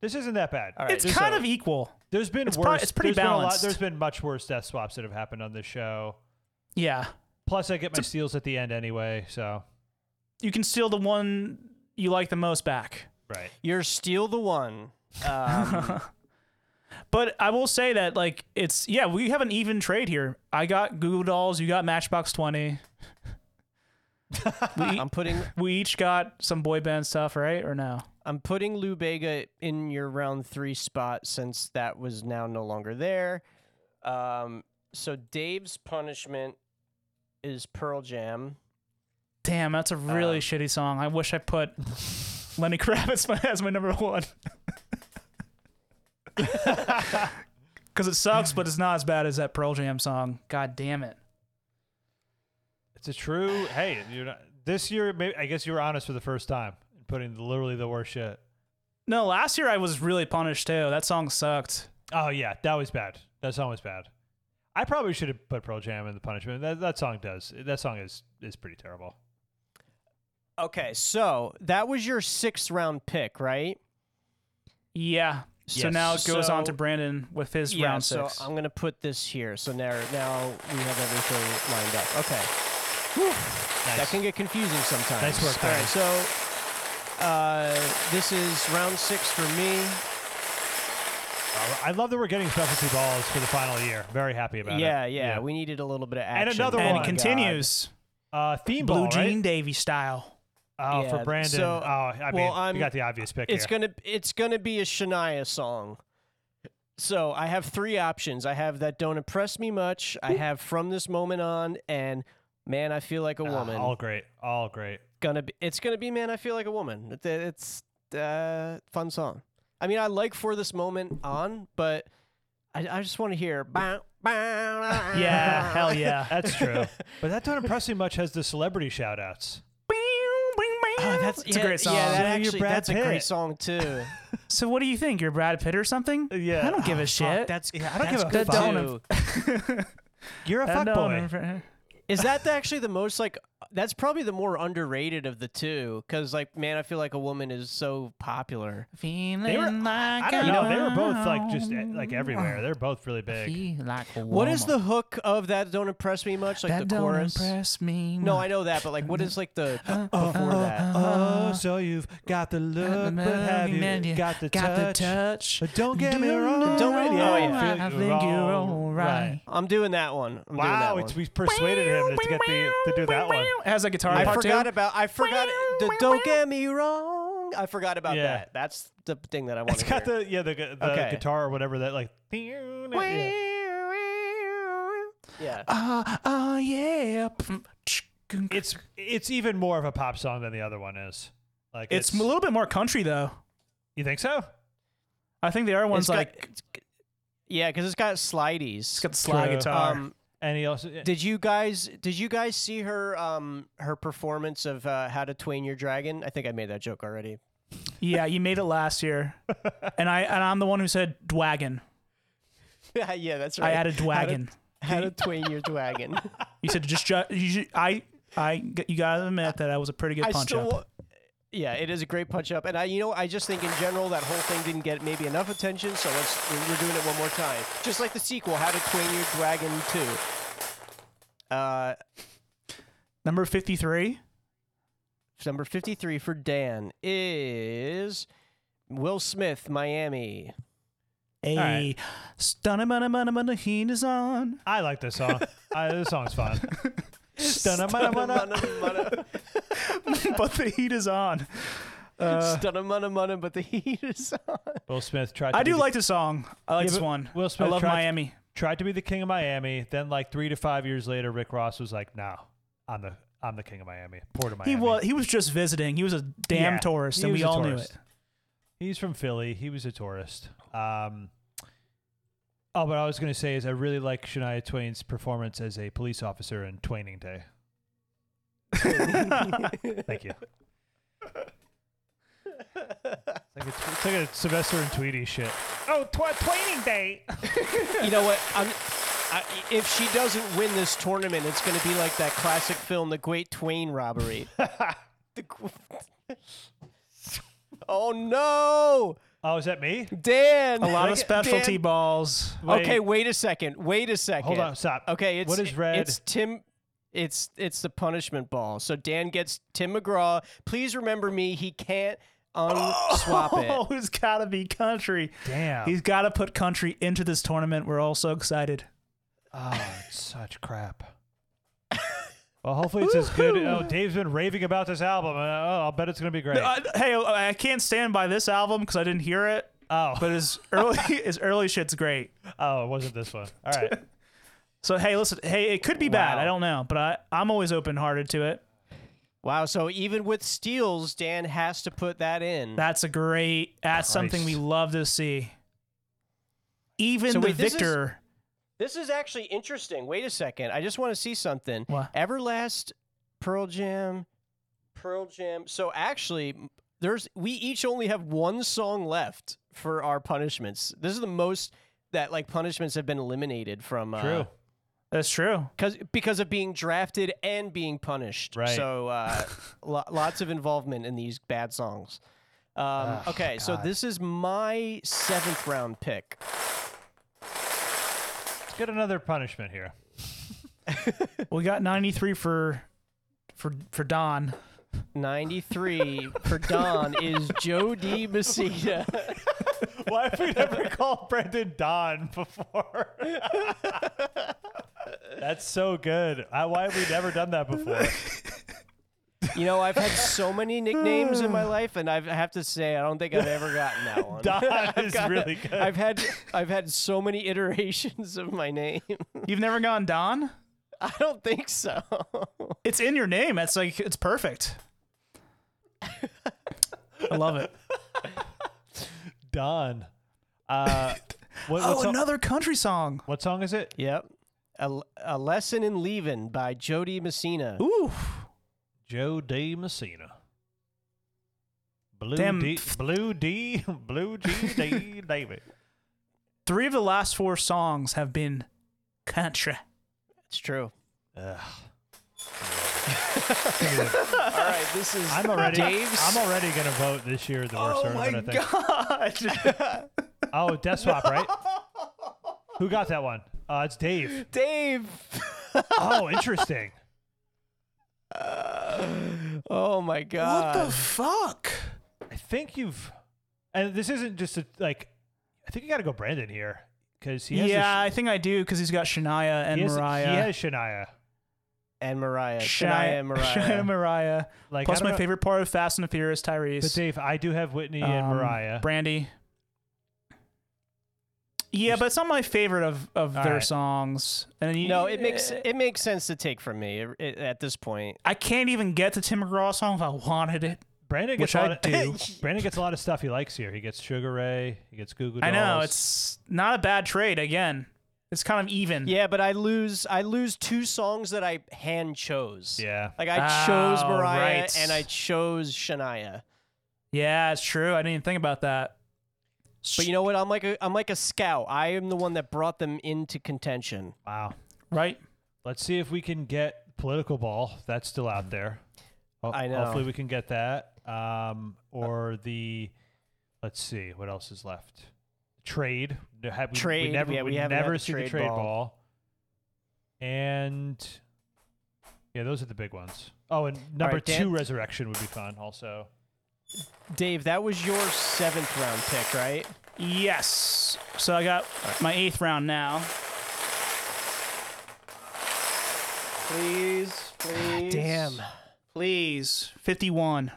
S3: This isn't that bad.
S1: All right,
S2: it's
S1: so-
S2: kind of equal.
S3: There's been
S2: It's
S3: worse.
S2: pro- it's pretty
S3: there's been a lot-
S2: balanced.
S3: there's been much worse death swaps that have happened on this show.
S2: Yeah,
S3: Plus, I get my
S2: It's
S3: steals at the end anyway. So
S2: you can steal the one you like the most back.
S3: right.
S1: You're still the one. Um,
S2: But I will say that like it's yeah, we have an even trade here. I got Google Dolls, you got Matchbox Twenty. we,
S1: I'm putting
S2: we each got some boy band stuff, right? Or no?
S1: I'm putting Lou Bega in your round three spot since that was now no longer there. Um, so Dave's punishment is Pearl Jam.
S2: Damn, that's a really
S1: Um,
S2: shitty song. I wish I put Lenny Kravitz my- as my number one. Because it sucks, but it's not as bad as that Pearl Jam song. God damn it.
S3: It's a true. Hey, you're not, this year. Maybe, I guess you were honest for the first time, putting literally the worst shit.
S2: No, last year I was really punished too. That song sucked.
S3: Oh yeah, that was bad. That song was bad. I probably should have put Pearl Jam in the punishment. That that song does. That song is is pretty terrible.
S1: Okay, so that was your sixth round pick, right?
S2: Yeah. So
S3: Yes.
S2: now it goes on to
S1: So-
S2: Brandon with his round six.
S1: So I'm gonna put this here. So now now we have everything lined up. Okay. Whew. That
S3: Nice.
S1: can get confusing sometimes.
S3: Nice work,
S1: All
S3: Brandon.
S1: right, so uh, this is round six for me.
S3: Uh, I love that we're getting specialty balls for the final year. Very happy about
S1: Yeah, yeah,
S3: it.
S1: We needed a little bit of
S3: And
S1: action.
S3: another
S2: and
S3: Oh
S2: it
S3: my
S2: continues.
S3: uh, theme
S2: Blue
S3: ball,
S2: Jean
S3: right?
S2: Davy style.
S3: Oh,
S1: Yeah,
S3: for Brandon.
S1: so-
S3: oh, I mean,
S1: well, I'm-
S3: you got the obvious pick
S1: It's
S3: here.
S1: gonna it's gonna be a Shania song. So I have three options. I have that don't impress me much. I have from this moment on, and man, I feel like a
S3: Ah,
S1: woman.
S3: all great. All great.
S1: gonna be it's gonna be man i feel like a woman It- it's uh fun song i mean i like for this moment on but i, I just want to hear
S2: Yeah,
S1: yeah
S2: hell yeah.
S3: That's true. but that don't impress me much has the celebrity shout outs.
S2: Oh, that's it's a great song.
S1: yeah that
S3: Yeah, you're
S1: actually,
S3: Brad
S1: that's a great
S3: Pitt.
S1: song too
S2: So what do you think? You're Brad Pitt or something?
S3: Yeah.
S2: I don't
S1: Ah,
S2: give a shit.
S1: that's
S3: Yeah, I don't
S1: that's
S3: give a
S1: good
S2: fuck. Don't
S1: too.
S3: You're a
S2: I know,
S3: fuckboy.
S2: never-
S1: is that actually the most like that's probably the more underrated of the two because like man i feel like a woman is so popular
S2: Feeling
S3: They were,
S2: like
S3: I don't
S2: a
S3: know. They were both like just eh,
S2: woman.
S3: like everywhere. They're both really big.
S2: Feel like a
S1: what is
S2: woman.
S1: the hook of that don't impress me much like
S2: that
S1: the
S2: don't
S1: chorus
S2: impress me? Uh,
S1: no i know that but like what is like the before that
S3: Oh, so you've got the look, but have you got the touch? But don't get me
S2: Don't
S3: wrong.
S2: know
S1: Don't really- oh, yeah.
S2: I think you're all right.
S1: I'm doing that one. I'm
S3: Wow,
S1: doing that
S3: it's,
S1: one.
S3: we persuaded him to get the to do that one.
S2: It has a guitar
S1: I
S2: part
S1: forgot
S2: too.
S1: about. I forgot. the, don't get me wrong. I forgot about
S3: Yeah.
S1: that. That's the thing that I want
S3: It's
S1: to
S3: got
S1: hear.
S3: the yeah the, gu- the
S1: Okay.
S3: guitar or whatever that like. Yeah.
S1: yeah.
S2: Uh, uh, yeah. It's,
S3: It's it's even more of a pop song than the other one is. Like
S2: it's a little bit more country though.
S3: you think so?
S2: I think the other one's
S1: It's got-
S2: like
S1: it's g- yeah, because it's got slideys.
S2: it's got the slide
S3: True.
S2: guitar.
S1: um,
S3: And he also
S1: did you guys did you guys see her um her performance of uh, How to Train Your Dragon? I think I made that joke already.
S2: yeah, you made it last year, and I and I'm the one who said dwagon.
S1: yeah, that's right.
S2: I added
S1: How to-
S2: dwagon.
S1: How to Train Your Dragon.
S2: You said just ju- you, ju- I I you gotta admit that that was a pretty good punch up.
S1: wa- yeah, it is a great punch up, and I, you know, I just think in general that whole thing didn't get maybe enough attention, so let's we're doing it one more time, just like the sequel, How to Train Your Dragon Two. Uh,
S2: Number fifty three.
S1: number fifty-three for Dan is Will Smith, Miami.
S2: A
S3: right.
S2: stunna bunna bunna bunna heat is on.
S3: I like this song. I, this song's fun. Stunna mana mana.
S1: Stunna
S2: but the heat is on. Uh,
S1: mana mana, but the heat is on.
S3: Will Smith tried. To
S2: I
S3: be
S2: do
S3: the,
S2: like this song. I like
S3: Yeah,
S2: this
S3: but
S2: one.
S3: Will
S2: I
S3: Smith
S2: love
S3: tried to-
S2: Miami.
S3: tried to be the king of Miami. Then like three to five years later, Rick Ross was like, "No, I'm the I'm the king of Miami. Port of Miami."
S2: He was he was just visiting. He was a damn
S3: Yeah,
S2: tourist,
S3: he
S2: and
S3: was
S2: we
S3: a
S2: all
S3: tourist. He's from Philly. He was a tourist. Um, oh, but I was going to say is I really like Shania Twain's performance as a police officer in Twaining Day. Thank you. It's like a, it's like a Sylvester and Tweety shit. Oh, tw- twaining day.
S1: you know what? I'm, I, if she doesn't win this tournament, it's going to be like that classic film, The Great Twain Robbery. The qu- oh no,
S3: Oh, is that me?
S1: Dan!
S2: A lot of specialty balls.
S3: Wait,
S1: Okay, wait a second. Wait a second.
S3: Hold on, stop.
S1: Okay, it's
S3: What is red?
S1: It's Tim. It's it's the punishment ball. So Dan gets Tim McGraw. Please remember me. He can't unswap
S2: Oh,
S1: it.
S2: it's got to be country.
S3: Damn.
S2: He's got to put country into this tournament. We're all so excited.
S3: Oh, it's such crap. Well, hopefully it's as good. Oh, Dave's been raving about this album. Uh, oh, I'll bet it's gonna be great.
S2: I, Uh, hey, I I can't stand by this album because I didn't hear it.
S3: oh,
S2: But his early his early shit's great.
S3: oh, it wasn't this one. All right.
S2: So hey, listen, hey, it could be bad.
S1: Wow.
S2: I don't know, but I I'm always open hearted to it.
S1: Wow. So even with steals, Dan has to put that in.
S2: That's a great. That's something we
S3: Christ.
S2: love to see. Even
S1: So
S2: the
S1: wait, this is-
S2: victor.
S1: This is actually interesting. Wait a second. I just want to see something.
S2: What?
S1: Everlast, Pearl Jam, Pearl Jam. So actually, m- there's we each only have one song left for our punishments. This is the most that like punishments have been eliminated from uh,
S3: True.
S2: That's true.
S1: Cause, because of being drafted and being punished.
S3: Right.
S1: So uh, lo- lots of involvement in these bad songs. Um, okay, so this is my seventh round pick.
S3: Let's get another punishment here.
S2: We got 93 for for for Don.
S1: 93 for Don is Joe D. Messina.
S3: Why have we never called Brendan Don before? That's so good. I, why have we never done that before?
S1: You know, I've had so many nicknames in my life, and I've, I have to say, I don't think I've ever gotten that one.
S3: Don is really good.
S1: I've had I've had so many iterations of my name.
S2: You've never gone Don?
S1: I don't think so.
S2: It's in your name. That's like it's perfect. I love it.
S3: Don. Uh, what, what,
S2: Oh,
S3: song,
S2: another country song.
S3: what song is it?
S1: Yep. A, a Lesson in Leaving by Jody Messina.
S2: Ooh.
S3: Joe D. Messina. Blue
S2: Damn.
S3: D. Blue D. Blue G. D. David.
S2: Three of the last four songs have been country.
S1: It's true.
S3: Ugh.
S1: All right, this is
S3: I'm already.
S1: Dave's. Oh
S3: I'm already gonna vote this year. The worst tournament. I think.
S2: god.
S3: Oh, Death Swap, right? Who got that one? Uh, it's Dave.
S1: Dave.
S3: Oh, interesting.
S1: Oh my god.
S2: what the fuck?
S3: I think you've, and this isn't just a, like, I think you got to go Brandon here because he has.
S2: Yeah,
S3: a,
S2: I think I do because he's got Shania and
S3: he has,
S2: Mariah.
S3: He has Shania.
S1: and Mariah.
S2: Shania,
S1: Shania and Mariah.
S2: Shania and Mariah.
S3: Like, I
S2: Plus,
S3: don't
S2: my
S3: know-
S2: favorite part of Fast and the Furious, Tyrese.
S3: But Dave, I do have Whitney and
S2: Um,
S3: Mariah.
S2: Brandy. Yeah, but it's not my favorite of, of
S3: All
S2: their
S3: right.
S2: songs. And you, Uh,
S1: no, it makes it makes sense to take from me it- it- at this point.
S2: I can't even get the Tim McGraw song if I wanted it.
S3: Brandon gets
S2: Which
S3: a
S2: I
S3: lot
S2: do.
S3: Of, Brandon gets a lot of stuff he likes here. He gets Sugar Ray. He gets Goo Goo
S2: I know
S3: Dolls.
S2: it's not a bad trade. Again, it's kind of even.
S1: Yeah, but I lose I lose two songs that I hand chose.
S3: yeah.
S1: Like I chose
S2: Oh,
S1: Mariah
S2: right.
S1: and I chose Shania.
S2: yeah, it's true. I didn't even think about that.
S1: But you know what? I'm like a I'm like a scout. I am the one that brought them into contention.
S3: Wow.
S2: Right?
S3: Let's see if we can get political ball. That's still out there. Ho-
S1: I know.
S3: Hopefully, we can get that. Um, or the, let's see, what else is left? Trade. No, have- we- we
S1: Trade,
S3: never,
S1: yeah, we haven't had
S3: never
S1: the
S3: see
S1: trade
S3: the trade
S1: ball.
S3: ball. And yeah, those are the big ones. Oh, and number
S1: right, Dan-
S3: two, resurrection would be fun. Also,
S1: Dave, that was your seventh round pick, right?
S2: Yes. So I got my eighth round now.
S1: Please, please.
S2: Damn. Please. 51.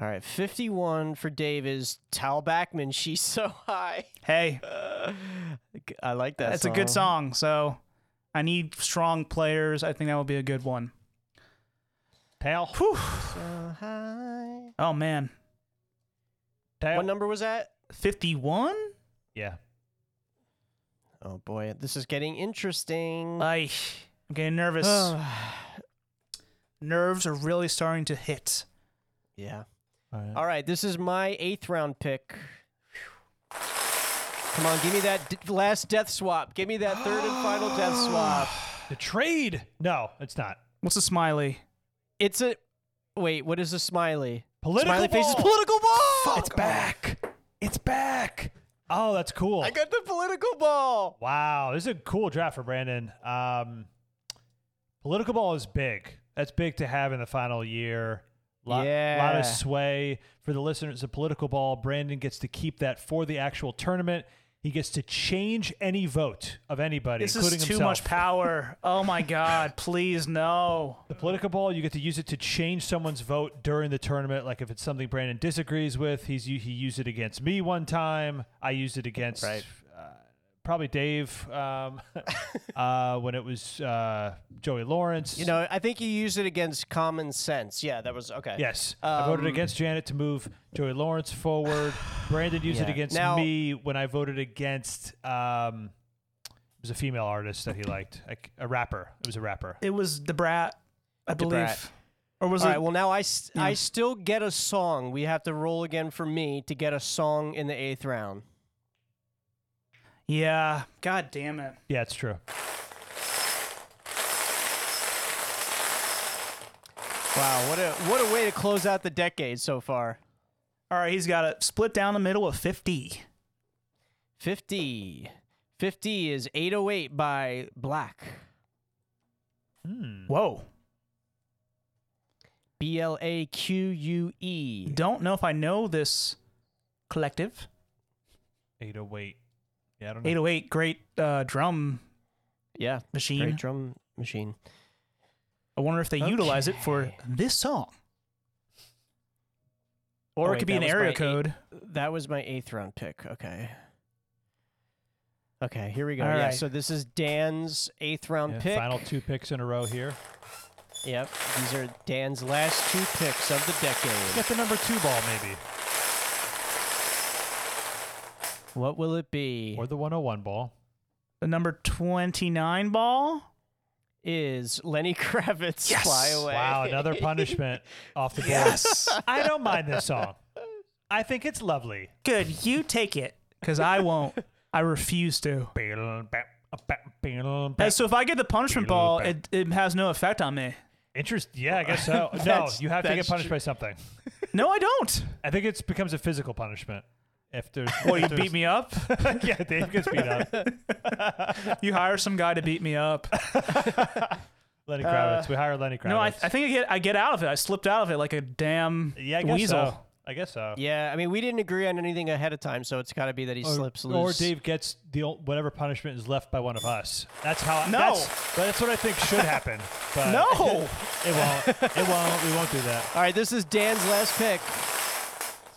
S1: All right, 51 for Dave is Tal Backman. She's so high.
S2: Hey,
S1: I like that.
S2: Uh, that's a good song. So I need strong players. I think that will be a good one.
S3: tail.
S2: Whew.
S1: So high.
S2: Oh, man.
S3: tail.
S1: What number was that?
S2: 51?
S3: yeah.
S1: Oh boy, this is getting interesting.
S2: Ay, I'm getting nervous. nerves are really starting to hit.
S1: Yeah.
S3: All right.
S1: All right. This is my eighth round pick. Come on, give me that d- last death swap. Give me that third and final death swap.
S3: The trade? No, it's not.
S2: What's a smiley?
S1: It's a wait. What is a smiley?
S3: Political
S1: smiley faces
S3: ball.
S1: political ball.
S3: it's back. It's back. Oh, that's cool.
S1: I got the political ball.
S3: wow, this is a cool draft for Brandon. Um, political ball is big. That's big to have in the final year. Lot, lot
S1: Yeah.
S3: of sway for the listeners. The political ball. Brandon gets to keep that for the actual tournament. He gets to change any vote of anybody,
S2: This is
S3: including
S2: too
S3: himself.
S2: much power. Oh my god, please no.
S3: The political ball, you get to use it to change someone's vote during the tournament. Like if it's something Brandon disagrees with, he's u- he used it against me one time. I used it against
S1: Right.
S3: uh, probably Dave um, uh, when it was uh, Joey Lawrence.
S1: You know, I think you used it against common sense. Yeah, that was okay.
S3: Yes, I voted
S1: Um,
S3: against Janet to move Joey Lawrence forward. Brandon used it
S1: Yeah.
S3: against
S1: Now-
S3: me when I voted against. Um, it was a female artist that he liked, like a rapper. It was a rapper.
S2: It was the brat, I believe.
S1: Brat.
S2: Or was
S1: All
S2: it
S1: right. Well, now I, s- I
S2: Yeah.
S1: still get a song. We have to roll again for me to get a song in the eighth round.
S2: Yeah. God damn it.
S3: Yeah, it's true.
S1: Wow, what a what a way to close out the decade so far.
S2: All right, he's got it split down the middle of 50.
S1: 50. 50 is 808 by Black.
S3: Hmm.
S2: Whoa.
S1: B L A Q U E.
S2: Don't know if I know this collective.
S3: Eight oh eight. Yeah, I don't know.
S2: 808, great uh, drum
S1: Yeah.
S2: machine.
S1: Great drum machine.
S2: I wonder if they utilize it for
S1: Okay.
S2: this song. Or
S1: Oh,
S2: it
S1: wait,
S2: could be
S1: that
S2: an
S1: was my
S2: area
S1: eight-
S2: code.
S1: That was my eighth round pick. Okay. Okay, here we go.
S2: All
S1: yeah,
S2: right.
S1: so this is Dan's eighth round
S3: Yeah,
S1: pick.
S3: Final two picks in a row here.
S1: Yep. These are Dan's last two picks of the decade.
S3: Get the number two ball, maybe,
S1: What will it be?
S3: or the 101 ball.
S2: The number 29 ball.
S1: Is Lenny Kravitz
S2: Yes!
S1: fly away?
S3: Wow, another punishment off the board.
S2: Yes.
S3: I don't mind this song. I think it's lovely.
S2: Good. You take it. Because I won't. I refuse to. And so if I get the punishment ball, it, it has no effect on me.
S3: Interest? Yeah, I guess so. No,
S1: That's-
S3: you have to get
S1: that's
S3: punished
S1: true.
S3: by something.
S2: No, I don't.
S3: I think it becomes a physical punishment. If there's,
S2: Well, you
S3: if
S2: beat me up.
S3: there's- yeah, Dave gets beat up.
S2: You hire some guy to beat me up.
S3: Lenny Kravitz. we hire Lenny Kravitz.
S2: No, I, I think I get I get out of it. I slipped out of it like a damn
S3: yeah, I guess
S2: weasel.
S3: so. I guess so.
S1: Yeah, I mean, we didn't agree on anything ahead of time, so it's got to be that he slips
S3: or
S1: loose.
S3: Dave gets the ol- whatever punishment is left by one of us. That's how.
S2: No.
S3: that's, but that's what I think should happen. But
S2: No.
S3: it won't. It won't. We won't do that.
S1: All right, this is Dan's last pick.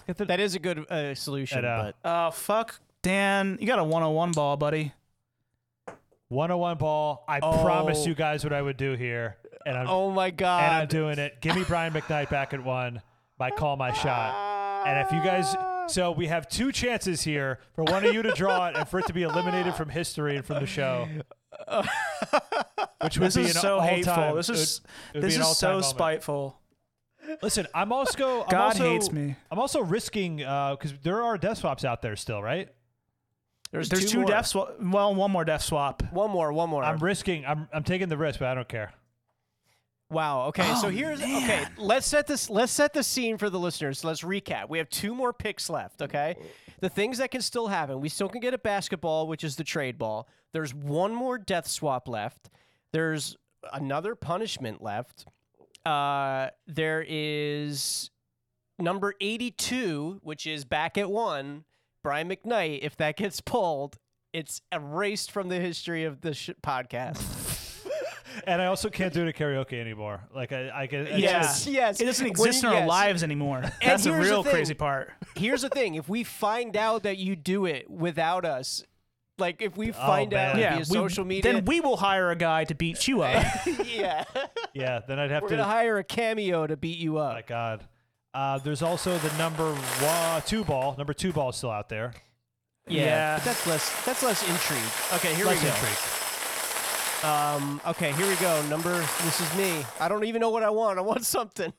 S3: get the-
S1: That is a good uh, solution,
S3: At, uh,
S1: but
S2: Oh fuck, Dan, you got a 101 ball, buddy.
S3: 101 ball. I
S2: Oh.
S3: promise you guys what I would do here, and I'm
S1: oh my
S3: and uh, I'm
S1: god,
S3: doing it. Give me Brian McKnight back at one. My call, my shot. And if you guys, so we have two chances here for one of you to draw it and for it to be eliminated from history and from the show. Which would
S2: This
S3: be
S2: is
S3: an
S2: so
S3: all-time-
S2: hateful. This
S3: it would-
S2: is
S3: it would be
S2: this
S3: an
S2: is
S3: all-time
S2: so
S3: moment.
S2: spiteful.
S3: Listen, I'm also I'm
S2: God
S3: also-
S2: hates me.
S3: I'm also risking because there are death swaps out there still, right?
S2: There's two
S1: more.
S2: death swap. Well, one more death swap.
S1: One more, one more.
S3: I'm risking. I'm I'm taking the risk, but I don't care.
S1: wow. Okay, so
S2: Oh,
S1: here's okay. Let's set this. Let's set the scene for the listeners. Let's recap. We have two more picks left. Okay, the things that can still happen. We still can get a basketball, which is the trade ball. There's one more death swap left. There's another punishment left. Uh, there is number 82, which is back at one, Brian McKnight. If that gets pulled, it's erased from the history of the sh- podcast.
S3: And I also can't do it at karaoke anymore. Like I, I can. it's
S2: Yeah.
S3: just-
S1: Yes, yes.
S2: It doesn't
S1: When-
S2: exist in our
S1: yes.
S2: lives anymore. That's the
S1: here's the
S2: real
S1: thing.
S2: crazy part.
S1: Here's the thing: if we find out that you do it without us, like if we find out
S3: man.
S1: via
S2: Oh, Yeah, we-
S1: social media,
S2: Then we will hire a guy to beat you up.
S1: yeah,
S3: yeah. Then I'd have
S1: we're
S3: to. Oh
S1: gonna hire a cameo to beat you
S3: my
S1: up.
S3: God. Uh, there's also the number one, two ball. Number two ball is still out there.
S1: yeah,
S2: yeah.
S1: But that's less. That's less intrigue. Okay, here
S3: Less
S1: we go.
S3: intrigue.
S1: Um, okay, here we go. Number, this is me. I don't even know what I want. I want something.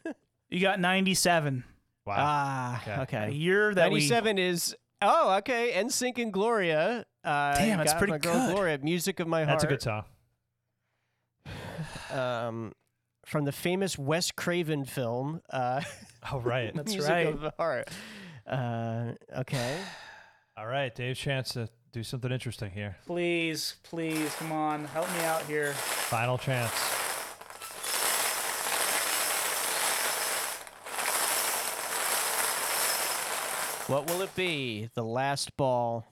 S2: You got 97.
S3: Wow.
S1: Ah,
S3: Okay.
S2: A
S1: okay.
S2: year that we.
S1: 97 is, oh, okay. NSYNC and Gloria. Uh,
S2: Damn, it's
S1: God,
S2: pretty
S1: my girl
S2: good.
S1: Gloria, music of my heart.
S3: That's a good song.
S1: um, from the famous Wes Craven film, uh,
S3: All right.
S2: That's
S1: Music
S2: right.
S1: of the Heart. Uh, okay.
S3: All right. Dave's chance to do something interesting here.
S2: Please, please, come on, help me out here.
S3: Final chance.
S1: What will it be? The last ball.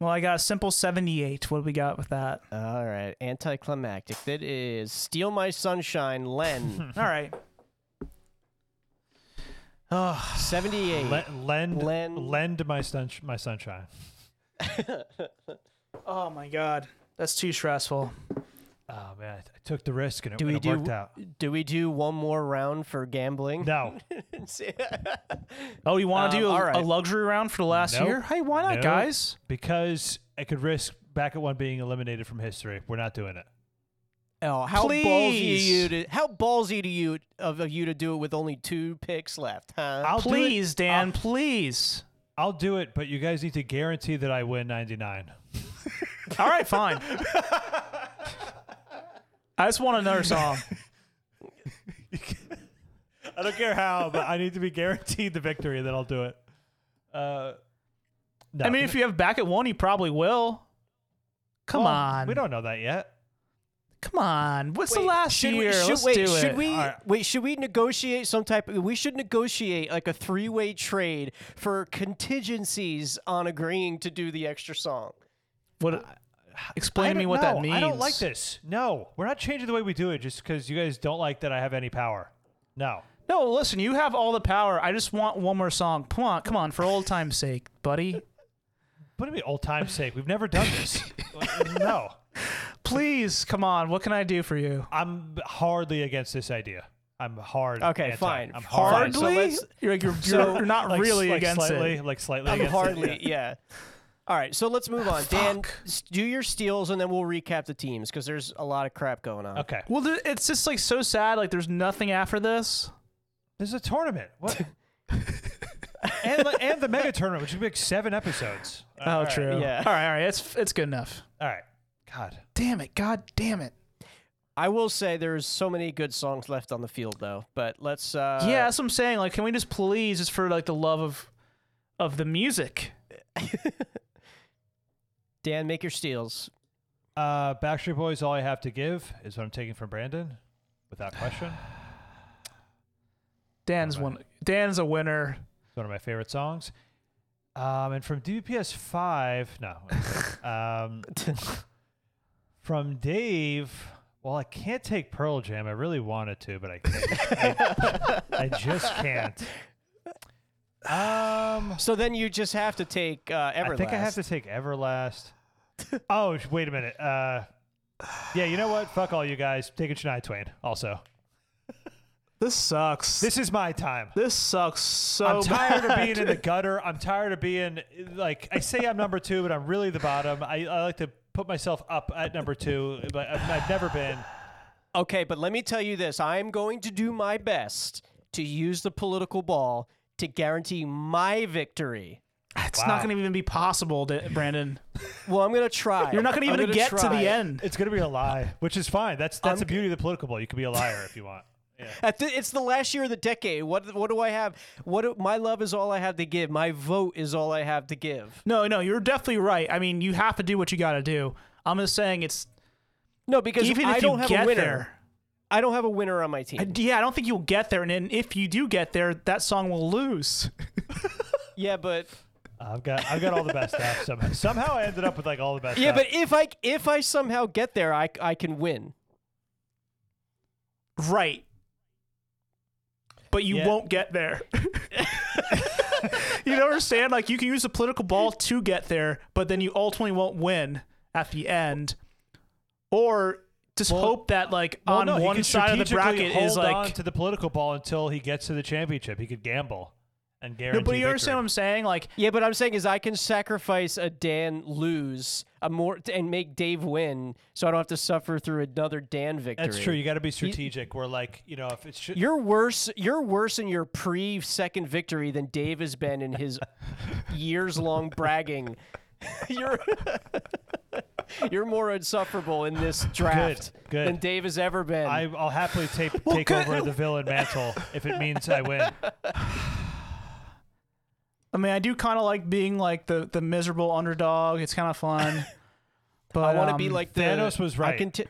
S2: Well, I got a simple 78. What do we got with that?
S1: All right. Anticlimactic. That is Steal My Sunshine, Len.
S2: All right. Oh,
S1: 78.
S3: Le- lend,
S1: Lend-
S3: lend my sun- my sunshine.
S2: oh my God. That's too stressful.
S3: Oh man, I I took the risk and it,
S1: Do we
S3: and it worked
S1: do-
S3: out.
S1: Do we do one more round for gambling?
S3: No,
S2: Oh, you want to
S1: Um,
S2: do a,
S1: all right.
S2: a luxury round for the last
S3: Nope.
S2: year? Hey, why not,
S3: Nope.
S2: guys?
S3: because I could risk back at one being eliminated from history. We're not doing it.
S1: Oh, how ballsy
S2: Please.
S1: you to how ballsy to you of, of you to do it with only two picks left, huh?
S3: I'll
S2: please,
S3: do it.
S2: Dan, please.
S3: I'll, I'll do it, but you guys need to guarantee that I win 99.
S2: All right, fine. I just want another song.
S3: I don't care how, but I need to be guaranteed the victory, then I'll do it. Uh, no.
S2: I mean, if you have back at one, you probably will. Come
S3: Well,
S2: on.
S3: we don't know that yet.
S2: Come on. What's the
S1: Wait,
S2: last
S1: should we-
S2: year?
S1: should,
S2: Let's
S1: wait,
S2: do
S1: should
S2: it.
S1: we
S3: Alright.
S1: wait? Should we negotiate some type? Of, we should negotiate like a three-way trade for contingencies on agreeing to do the extra song.
S2: What? Explain
S3: I
S2: to me
S3: don't
S2: what that
S3: know.
S2: means.
S3: I don't like this. No, we're not changing the way we do it just because you guys don't like that I have any power. No.
S2: No, listen. You have all the power. I just want one more song. Come on, come on, for old time's sake, buddy.
S3: But it'd be old time's sake. We've never done this. no.
S2: Please, come on. What can I do for you?
S3: I'm hardly against this idea. I'm hard.
S1: Okay,
S3: anti.
S1: fine.
S3: I'm
S1: Fine,
S3: hard.
S1: so
S2: Hardly.
S1: let's-
S2: you're, you're, you're,
S3: So,
S2: you're not
S3: like,
S2: really
S3: like
S2: against
S3: slightly,
S2: it.
S3: Like slightly
S1: I'm
S3: against
S1: hardly,
S3: it.
S1: yeah. All right, so let's move on. Dan,
S2: Fuck.
S1: s- do your steals and then we'll recap the teams because there's a lot of crap going on.
S3: Okay.
S2: Well, th- it's just like so sad. Like there's nothing after this.
S3: This is a tournament. What? and, li- and the mega tournament, which would be like seven episodes.
S2: Oh,
S3: All right.
S2: true.
S1: yeah.
S2: All right, all right. It's it's good enough.
S3: All right. God.
S2: Damn it. God damn it.
S1: I will say there's so many good songs left on the field though, but let's. Uh,
S2: yeah, that's what I'm saying. Like, can we just please, just for like the love of of the music?
S1: Dan, make your steals.
S3: Uh, Backstreet Boys, all I have to give is what I'm taking from Brandon, without question.
S2: Dan's
S3: Alright.
S2: one. Dan's a winner.
S3: It's one of my favorite songs. Um, and from DPS five, no. wait. um, from Dave. Well, I can't take Pearl Jam. I really wanted to, but I can't. I, I just can't. Um,
S1: So then you just have to take uh, Everlast.
S3: I think I have to take Everlast. oh, sh- wait a minute. Uh, yeah, you know what? Fuck all you guys. Taking Shania Twain. Also,
S2: This sucks. This
S3: this is my time.
S2: this sucks so
S3: I'm tired of
S2: bad.
S3: being in the gutter. I'm tired of being like I say I'm number two, but I'm really the bottom. I, I like to put myself up at number two, but I've, I've never been.
S1: Okay, but let me tell you this. I'm going to do my best to use the political ball to guarantee my victory.
S2: It's
S3: Wow.
S2: not going to even be possible, Da- Brandon.
S1: Well, I'm going to try.
S2: You're not going to
S1: I'm
S2: even
S1: gonna
S2: get to
S1: try.
S2: the end.
S3: It's gonna be a lie, which is fine. That's that's
S1: I'm
S3: the beauty of the political ball. You can be a liar if you want. Yeah.
S1: At the- it's the last year of the decade. What what do I have? What do, my love is all I have to give. My vote is all I have to give.
S2: No, no, you're definitely right. I mean, you have to do what you got to do. I'm just saying it's
S1: No, because
S2: even
S1: I
S2: if
S1: don't
S2: you
S1: have
S2: get
S1: a winner.
S2: there.
S1: I don't have a winner on my team.
S2: I- Uh, yeah, I don't think you'll get there. And then if you do get there, that song will lose.
S1: yeah, but
S3: I've got I've got all the best stuff. Somehow, somehow I ended up with like all the best.
S1: yeah,
S3: stuff.
S1: but if I if I somehow get there, I I can win.
S2: Right. But you
S3: Yeah.
S2: won't get there. you don't understand? Like, you can use the political ball to get there, but then you ultimately won't win at the end. Or just
S3: Well-
S2: hope that, like,
S3: Well,
S2: on
S3: no, he
S2: one
S3: could
S2: side of the
S3: strategically
S2: bracket
S3: hold
S2: is
S3: on
S2: like.
S3: to the political ball until he gets to the championship. He could gamble, and
S2: No,
S3: guarantee.
S2: but you understand what
S3: victory.
S2: I'm saying? Like,
S1: Yeah, but I'm saying is I can sacrifice a Dan lose a more and make Dave win, so I don't have to suffer through another Dan victory.
S3: That's true. You got to be strategic. We're like, you know, if it's sh-
S1: You're worse. You're worse in your pre-second victory than Dave has been in his years-long bragging. you're you're more insufferable in this draft
S3: good.
S1: than Dave has ever been.
S3: I, I'll happily take take
S2: good-
S3: over the villain mantle if it means I win.
S2: I mean, I do kind of like being like the the miserable underdog. It's kind of fun. But
S1: I want to be
S2: um,
S1: like the,
S3: Thanos was
S1: I
S3: right.
S1: can t-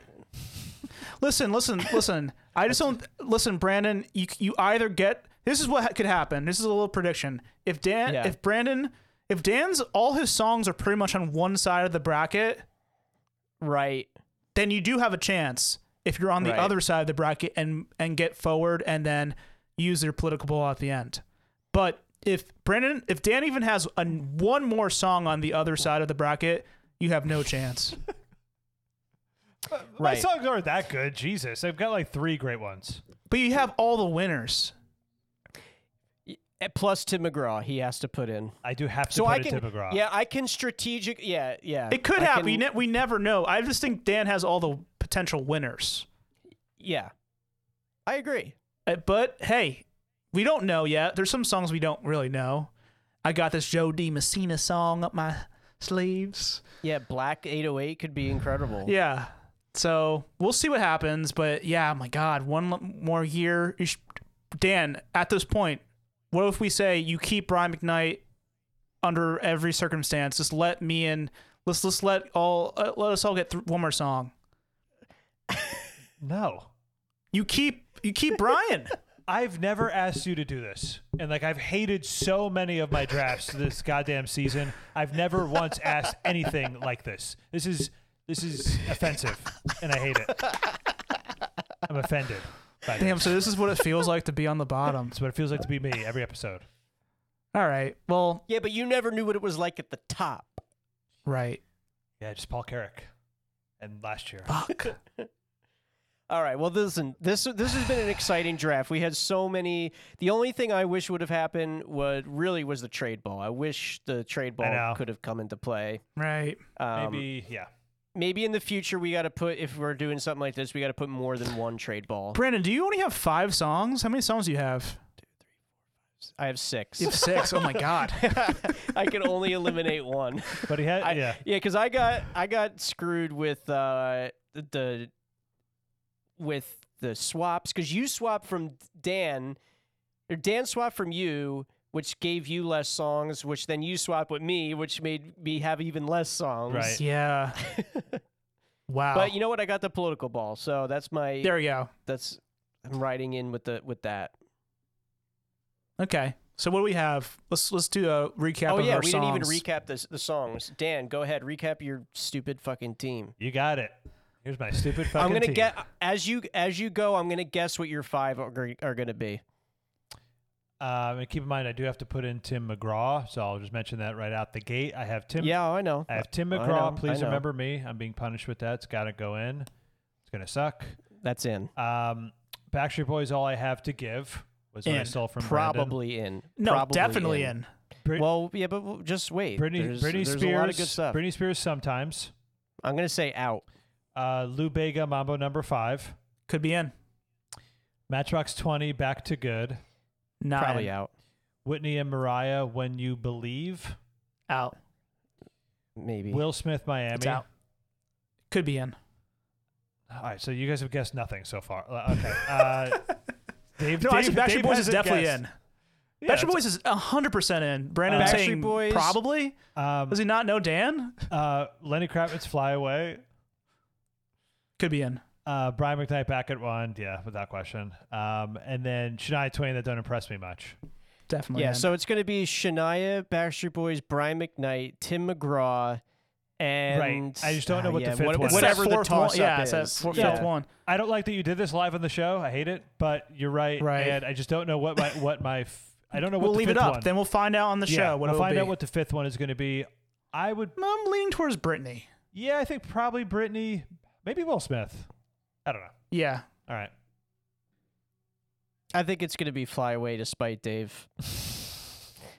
S2: Listen, listen, listen. I just don't listen, Brandon. You you either get this is what ha- could happen. This is a little prediction. If Dan,
S1: Yeah.
S2: if Brandon, if Dan's all his songs are pretty much on one side of the bracket,
S1: right.
S2: then you do have a chance if you're on the
S1: Right.
S2: other side of the bracket and and get forward and then use their political ball at the end. But if Brandon, if Dan even has a, one more song on the other side of the bracket, you have no chance.
S1: Right.
S3: My songs aren't that good. Jesus, I've got like three great ones.
S2: but you have all the winners.
S1: Eh, Plus Tim McGraw, he has to put in.
S3: I do have to
S1: So
S3: put
S1: I
S3: it
S1: can.
S3: to McGraw.
S1: Yeah, I can strategic. Yeah, yeah.
S2: It could
S1: I
S2: happen.
S1: can-
S2: we, ne- we never know. I just think Dan has all the potential winners.
S1: yeah, I agree.
S2: Uh, But hey, we don't know yet. There's some songs we don't really know. I got this Joe D. Messina song up my sleeves.
S1: Yeah, Black 808 could be incredible.
S2: Yeah. So we'll see what happens. But yeah, my God, one l- more year. You sh- Dan, at this point, what if we say you keep Brian McKnight under every circumstance? Just let me and let's let's let all uh, let us all get through one more song.
S3: No,
S2: You keep you keep Brian.
S3: I've never asked you to do this, and like I've hated so many of my drafts this goddamn season. I've never once asked anything like this. This is this is offensive, and I hate it. I'm offended. By
S2: Damn,
S3: this.
S2: so this is what it feels like to be on the bottom.
S3: That's what it feels like to be me every episode.
S2: All right. Well,
S1: Yeah, but you never knew what it was like at the top.
S2: right.
S3: Yeah, just Paul Carrick, and last year.
S2: Fuck.
S1: All right. Well, listen. This this has been an exciting draft. We had so many. The only thing I wish would have happened would really was the trade ball. I wish the trade
S3: know.
S1: ball could have come into play.
S2: Right.
S1: Um, maybe
S3: Maybe yeah.
S1: in the future we got to put if we're doing something like this, we got to put more than one trade ball.
S2: Brandon, do you only have five songs? How many songs do you have?
S1: I have six.
S2: You have six. Oh my God.
S1: I can only eliminate one.
S3: But he had
S1: I,
S3: yeah.
S1: yeah, because I got I got screwed with uh, the with the swaps because you swapped from Dan or Dan swapped from you, which gave you less songs, which then you swapped with me, which made me have even less songs.
S3: Right.
S2: Yeah. Wow.
S1: But you know what? I got the political ball, so that's my
S2: there we go.
S1: that's I'm riding in with the with that.
S2: Okay. So what do we have? Let's let's do a recap
S1: oh
S2: of
S1: yeah,
S2: our
S1: we
S2: songs.
S1: didn't even recap the the songs. Dan, go ahead, recap your stupid fucking team.
S3: You got it. Here's my stupid fucking
S1: I'm gonna
S3: team.
S1: get as you as you go. I'm gonna guess what your five are, gr- are gonna be.
S3: Um, and keep in mind, I do have to put in Tim McGraw, so I'll just mention that right out the gate. I have Tim. Uh,
S1: Yeah, oh, I know.
S3: I have Tim
S1: I
S3: McGraw.
S1: know, I
S3: Please
S1: know.
S3: remember me. I'm being punished with that. It's got to go in. It's gonna suck.
S1: That's in.
S3: Um, Backstreet Boys. All I have to give was what I
S2: In.
S3: stole from
S1: Probably in.
S2: no,
S1: Probably
S2: definitely in.
S3: Brandon.
S1: Well, yeah, but w- just wait.
S3: Britney,
S1: there's,
S3: Britney
S1: there's
S3: Spears.
S1: a lot of good stuff.
S3: Britney Spears. Sometimes.
S1: I'm gonna say out.
S3: Uh, Lou Bega, Mambo Number Five.
S2: Could be in.
S3: Matchbox Twenty. Back to Good.
S2: Nine.
S1: Probably out.
S3: Whitney and Mariah. When You Believe.
S2: Out.
S1: Maybe.
S3: Will Smith, Miami.
S2: It's out. Could be in.
S3: All right, so you guys have guessed nothing so far. Uh, Okay. Uh, Dave,
S2: No,
S3: Dave,
S2: actually, Backstreet
S3: Dave
S2: Boys is
S3: hasn't
S2: definitely
S3: guessed.
S2: in.
S3: Yeah,
S2: Backstreet Boys is 100% in. Brandon
S3: Uh,
S2: saying
S1: Backstreet Boys-
S2: probably.
S3: Um,
S2: Does he not know Dan?
S3: uh, Lenny Kravitz, Fly Away.
S2: Could be in.
S3: Uh, Brian McKnight, Back at One. Yeah, without question. Um, and then Shania Twain, that don't impress me much.
S2: Definitely
S1: yeah.
S2: in.
S1: So it's gonna be Shania, Backstreet Boys, Brian McKnight, Tim McGraw, and
S3: I just don't know
S1: Ah,
S3: what the
S1: yeah,
S3: fifth one is.
S1: Whatever
S2: it's that
S1: the
S2: fourth one.
S1: toss
S2: Yeah,
S1: up
S2: it's
S1: is.
S2: that fourth,
S1: yeah.
S2: fifth one.
S3: I don't like that you did this live on the show. I hate it, but you're right.
S2: Right.
S3: And I just don't know what my what my f- I don't know what
S2: We'll
S3: the
S2: leave it
S3: fifth
S2: up.
S3: one-
S2: Then we'll find out on the
S3: yeah,
S2: show what
S3: we'll
S2: it'll
S3: find
S2: be.
S3: out what the fifth one is going to be. I would
S2: I'm leaning towards Brittany.
S3: Yeah, I think probably Brittany, maybe Will Smith. I don't know.
S2: Yeah.
S3: All right.
S1: I think it's gonna be Fly Away, despite Dave.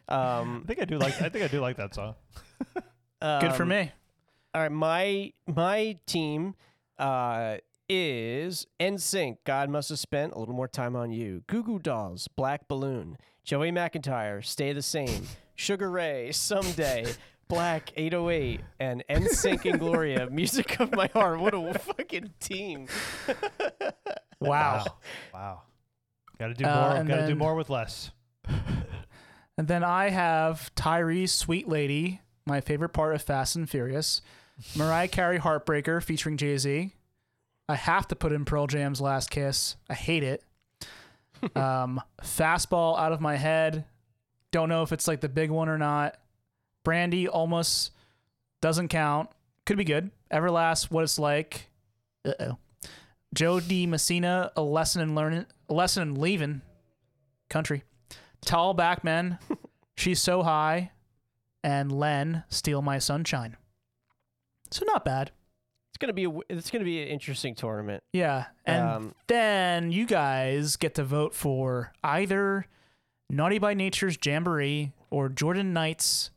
S3: I
S2: Uh,
S1: Um,
S3: think I do like. I think I do like that song.
S2: Good for
S1: um,
S2: me.
S1: All right, my my team uh, is NSYNC. God must have spent a little more time on you. Goo Goo Dolls, Black Balloon, Joey McIntyre, Stay the Same, Sugar Ray, Someday, Black 808, and NSYNC and Gloria, Music of My Heart. What a fucking team!
S2: Wow.
S3: Wow. Got to do more.
S2: Uh, and
S3: Got to do
S2: then-
S3: more with less.
S2: And then I have Tyrese Sweet Lady, my favorite part of Fast and Furious, Mariah Carey Heartbreaker featuring Jay Z. I have to put in Pearl Jam's Last Kiss. I hate it. um, fastball out of my head. Don't know if it's like the big one or not. Brandy almost doesn't count. Could be good. Everlast, what it's like. Uh oh. Joe D. Messina, a lesson in learning, a lesson in leaving country. Tall back men, she's so high, and Len steal my sunshine. So not bad.
S1: It's gonna be a, w- it's gonna be an interesting tournament.
S2: Yeah. And
S1: Um,
S2: then you guys get to vote for either Naughty by Nature's Jamboree or Jordan Knight's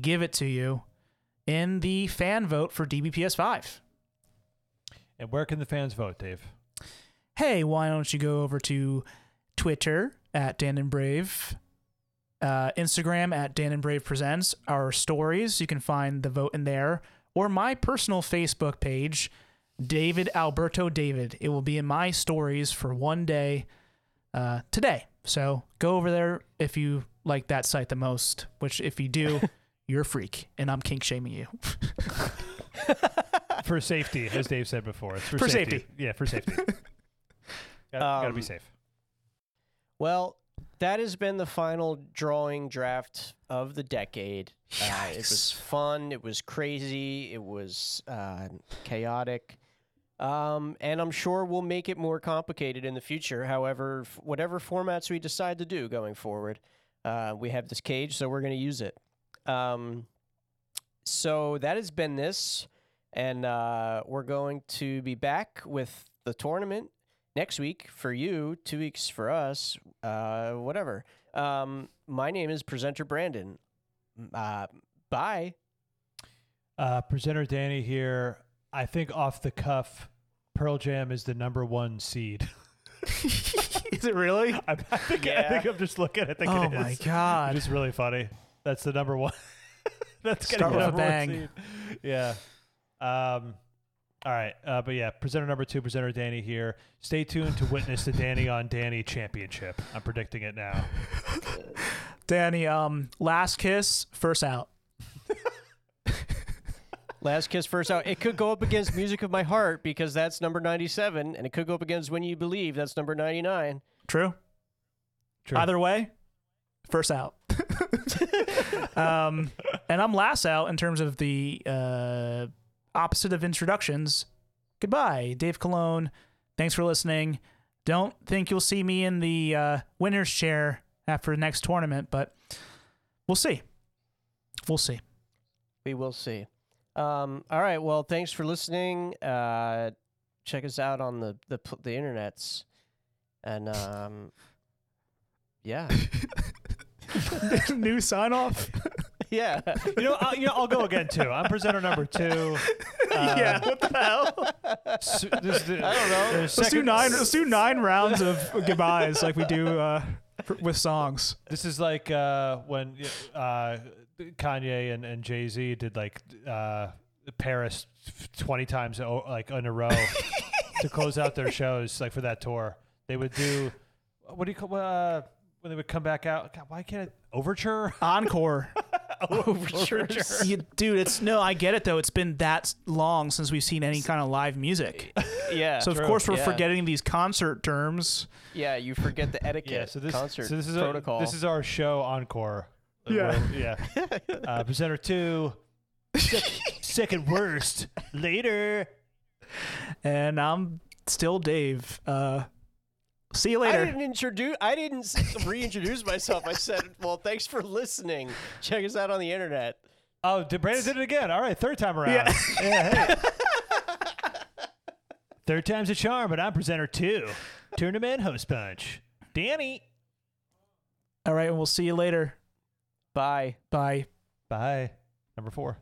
S2: Give It To You in the fan vote for DBPS5.
S3: And where can the fans vote, Dave?
S2: hey, why don't you go over to Twitter at Dan and Brave, uh, Instagram at Dan and Brave Presents, our stories. You can find the vote in there, or my personal Facebook page, David Alberto David. It will be in my stories for one day uh, today. So go over there if you like that site the most, which if you do, you're a freak, and I'm kink shaming you.
S3: For safety, as Dave said before. It's for,
S2: For
S3: Yeah, for safety. gotta, gotta be
S1: Um,
S3: safe.
S1: Well, that has been the final drawing draft of the decade. Uh, it was
S2: Yikes.
S1: fun. It was crazy. It was uh, chaotic. Um, and I'm sure we'll make it more complicated in the future. However, f- whatever formats we decide to do going forward, uh, we have this cage, so we're going to use it. Um, so that has been this. And uh, we're going to be back with the tournament next week for you, two weeks for us, uh, whatever. Um, my name is presenter Brandon. Uh, bye.
S3: Uh, presenter Danny here. I think off the cuff, Pearl Jam is the number one seed.
S2: Is it really?
S3: I, I think. I
S1: Yeah.
S3: think I'm just looking. I think
S2: Oh
S3: it is.
S2: my god!
S3: It's really funny. That's the number one. That's gonna
S2: Start
S3: be
S2: with a
S3: number one
S2: bang.
S3: seed. Yeah. Um. All right. Uh, but yeah, presenter number two, presenter Danny here. Stay tuned to witness the Danny on Danny championship. I'm predicting it now.
S2: Danny, um, last kiss, first out.
S1: Last kiss first out. It could go up against Music of My Heart because that's number 97, and it could go up against When You Believe. That's number 99.
S2: True.
S3: True.
S2: Either way, first out. um, and I'm last out in terms of the uh, opposite of introductions. Goodbye, Dave Cologne. Thanks for listening. Don't think you'll see me in the uh, winner's chair after the next tournament, but we'll see. We'll see.
S1: We will see. Um, all right. Well, thanks for listening. Uh, check us out on the the, pl- the internets, and um, yeah,
S2: New sign off.
S1: yeah.
S3: You know, I'll, you know, I'll go again too. I'm presenter number two.
S2: yeah. What the hell?
S3: S- this, I don't
S1: know.
S2: Let's do nine. Let's do nine rounds of goodbyes like we do uh, for, with songs.
S3: This is like uh, when uh, Kanye and, and Jay Z did like uh, Paris twenty times o- like in a row to close out their shows, like for that tour. They would do what do you call uh, when they would come back out? God, why can't it overture?
S2: Encore.
S1: Overtures.
S2: You- dude, it's no. I get it though. It's been that long since we've seen any kind of live music.
S1: Yeah.
S2: So of course we're
S1: Yeah.
S2: forgetting these concert terms.
S1: Yeah, you forget the etiquette.
S3: Yeah, so this
S1: concert
S3: so this is
S1: protocol.
S3: Our, this is our show encore.
S2: Yeah.
S3: We're- yeah. Uh, presenter two, sec- second worst. Later.
S2: And I'm still Dave. Uh, see you
S1: I
S2: later.
S1: didn't introduce. I didn't s- reintroduce myself. I said, "Well, thanks for listening. Check us out on the internet."
S3: Oh, did Brandon did it again. All right, third time around.
S2: Yeah.
S3: Yeah, hey. third time's a charm, but I'm presenter two. Tournament host punch. Danny.
S2: All right, and we'll see you later.
S1: Bye.
S2: Bye.
S3: Bye. Number four.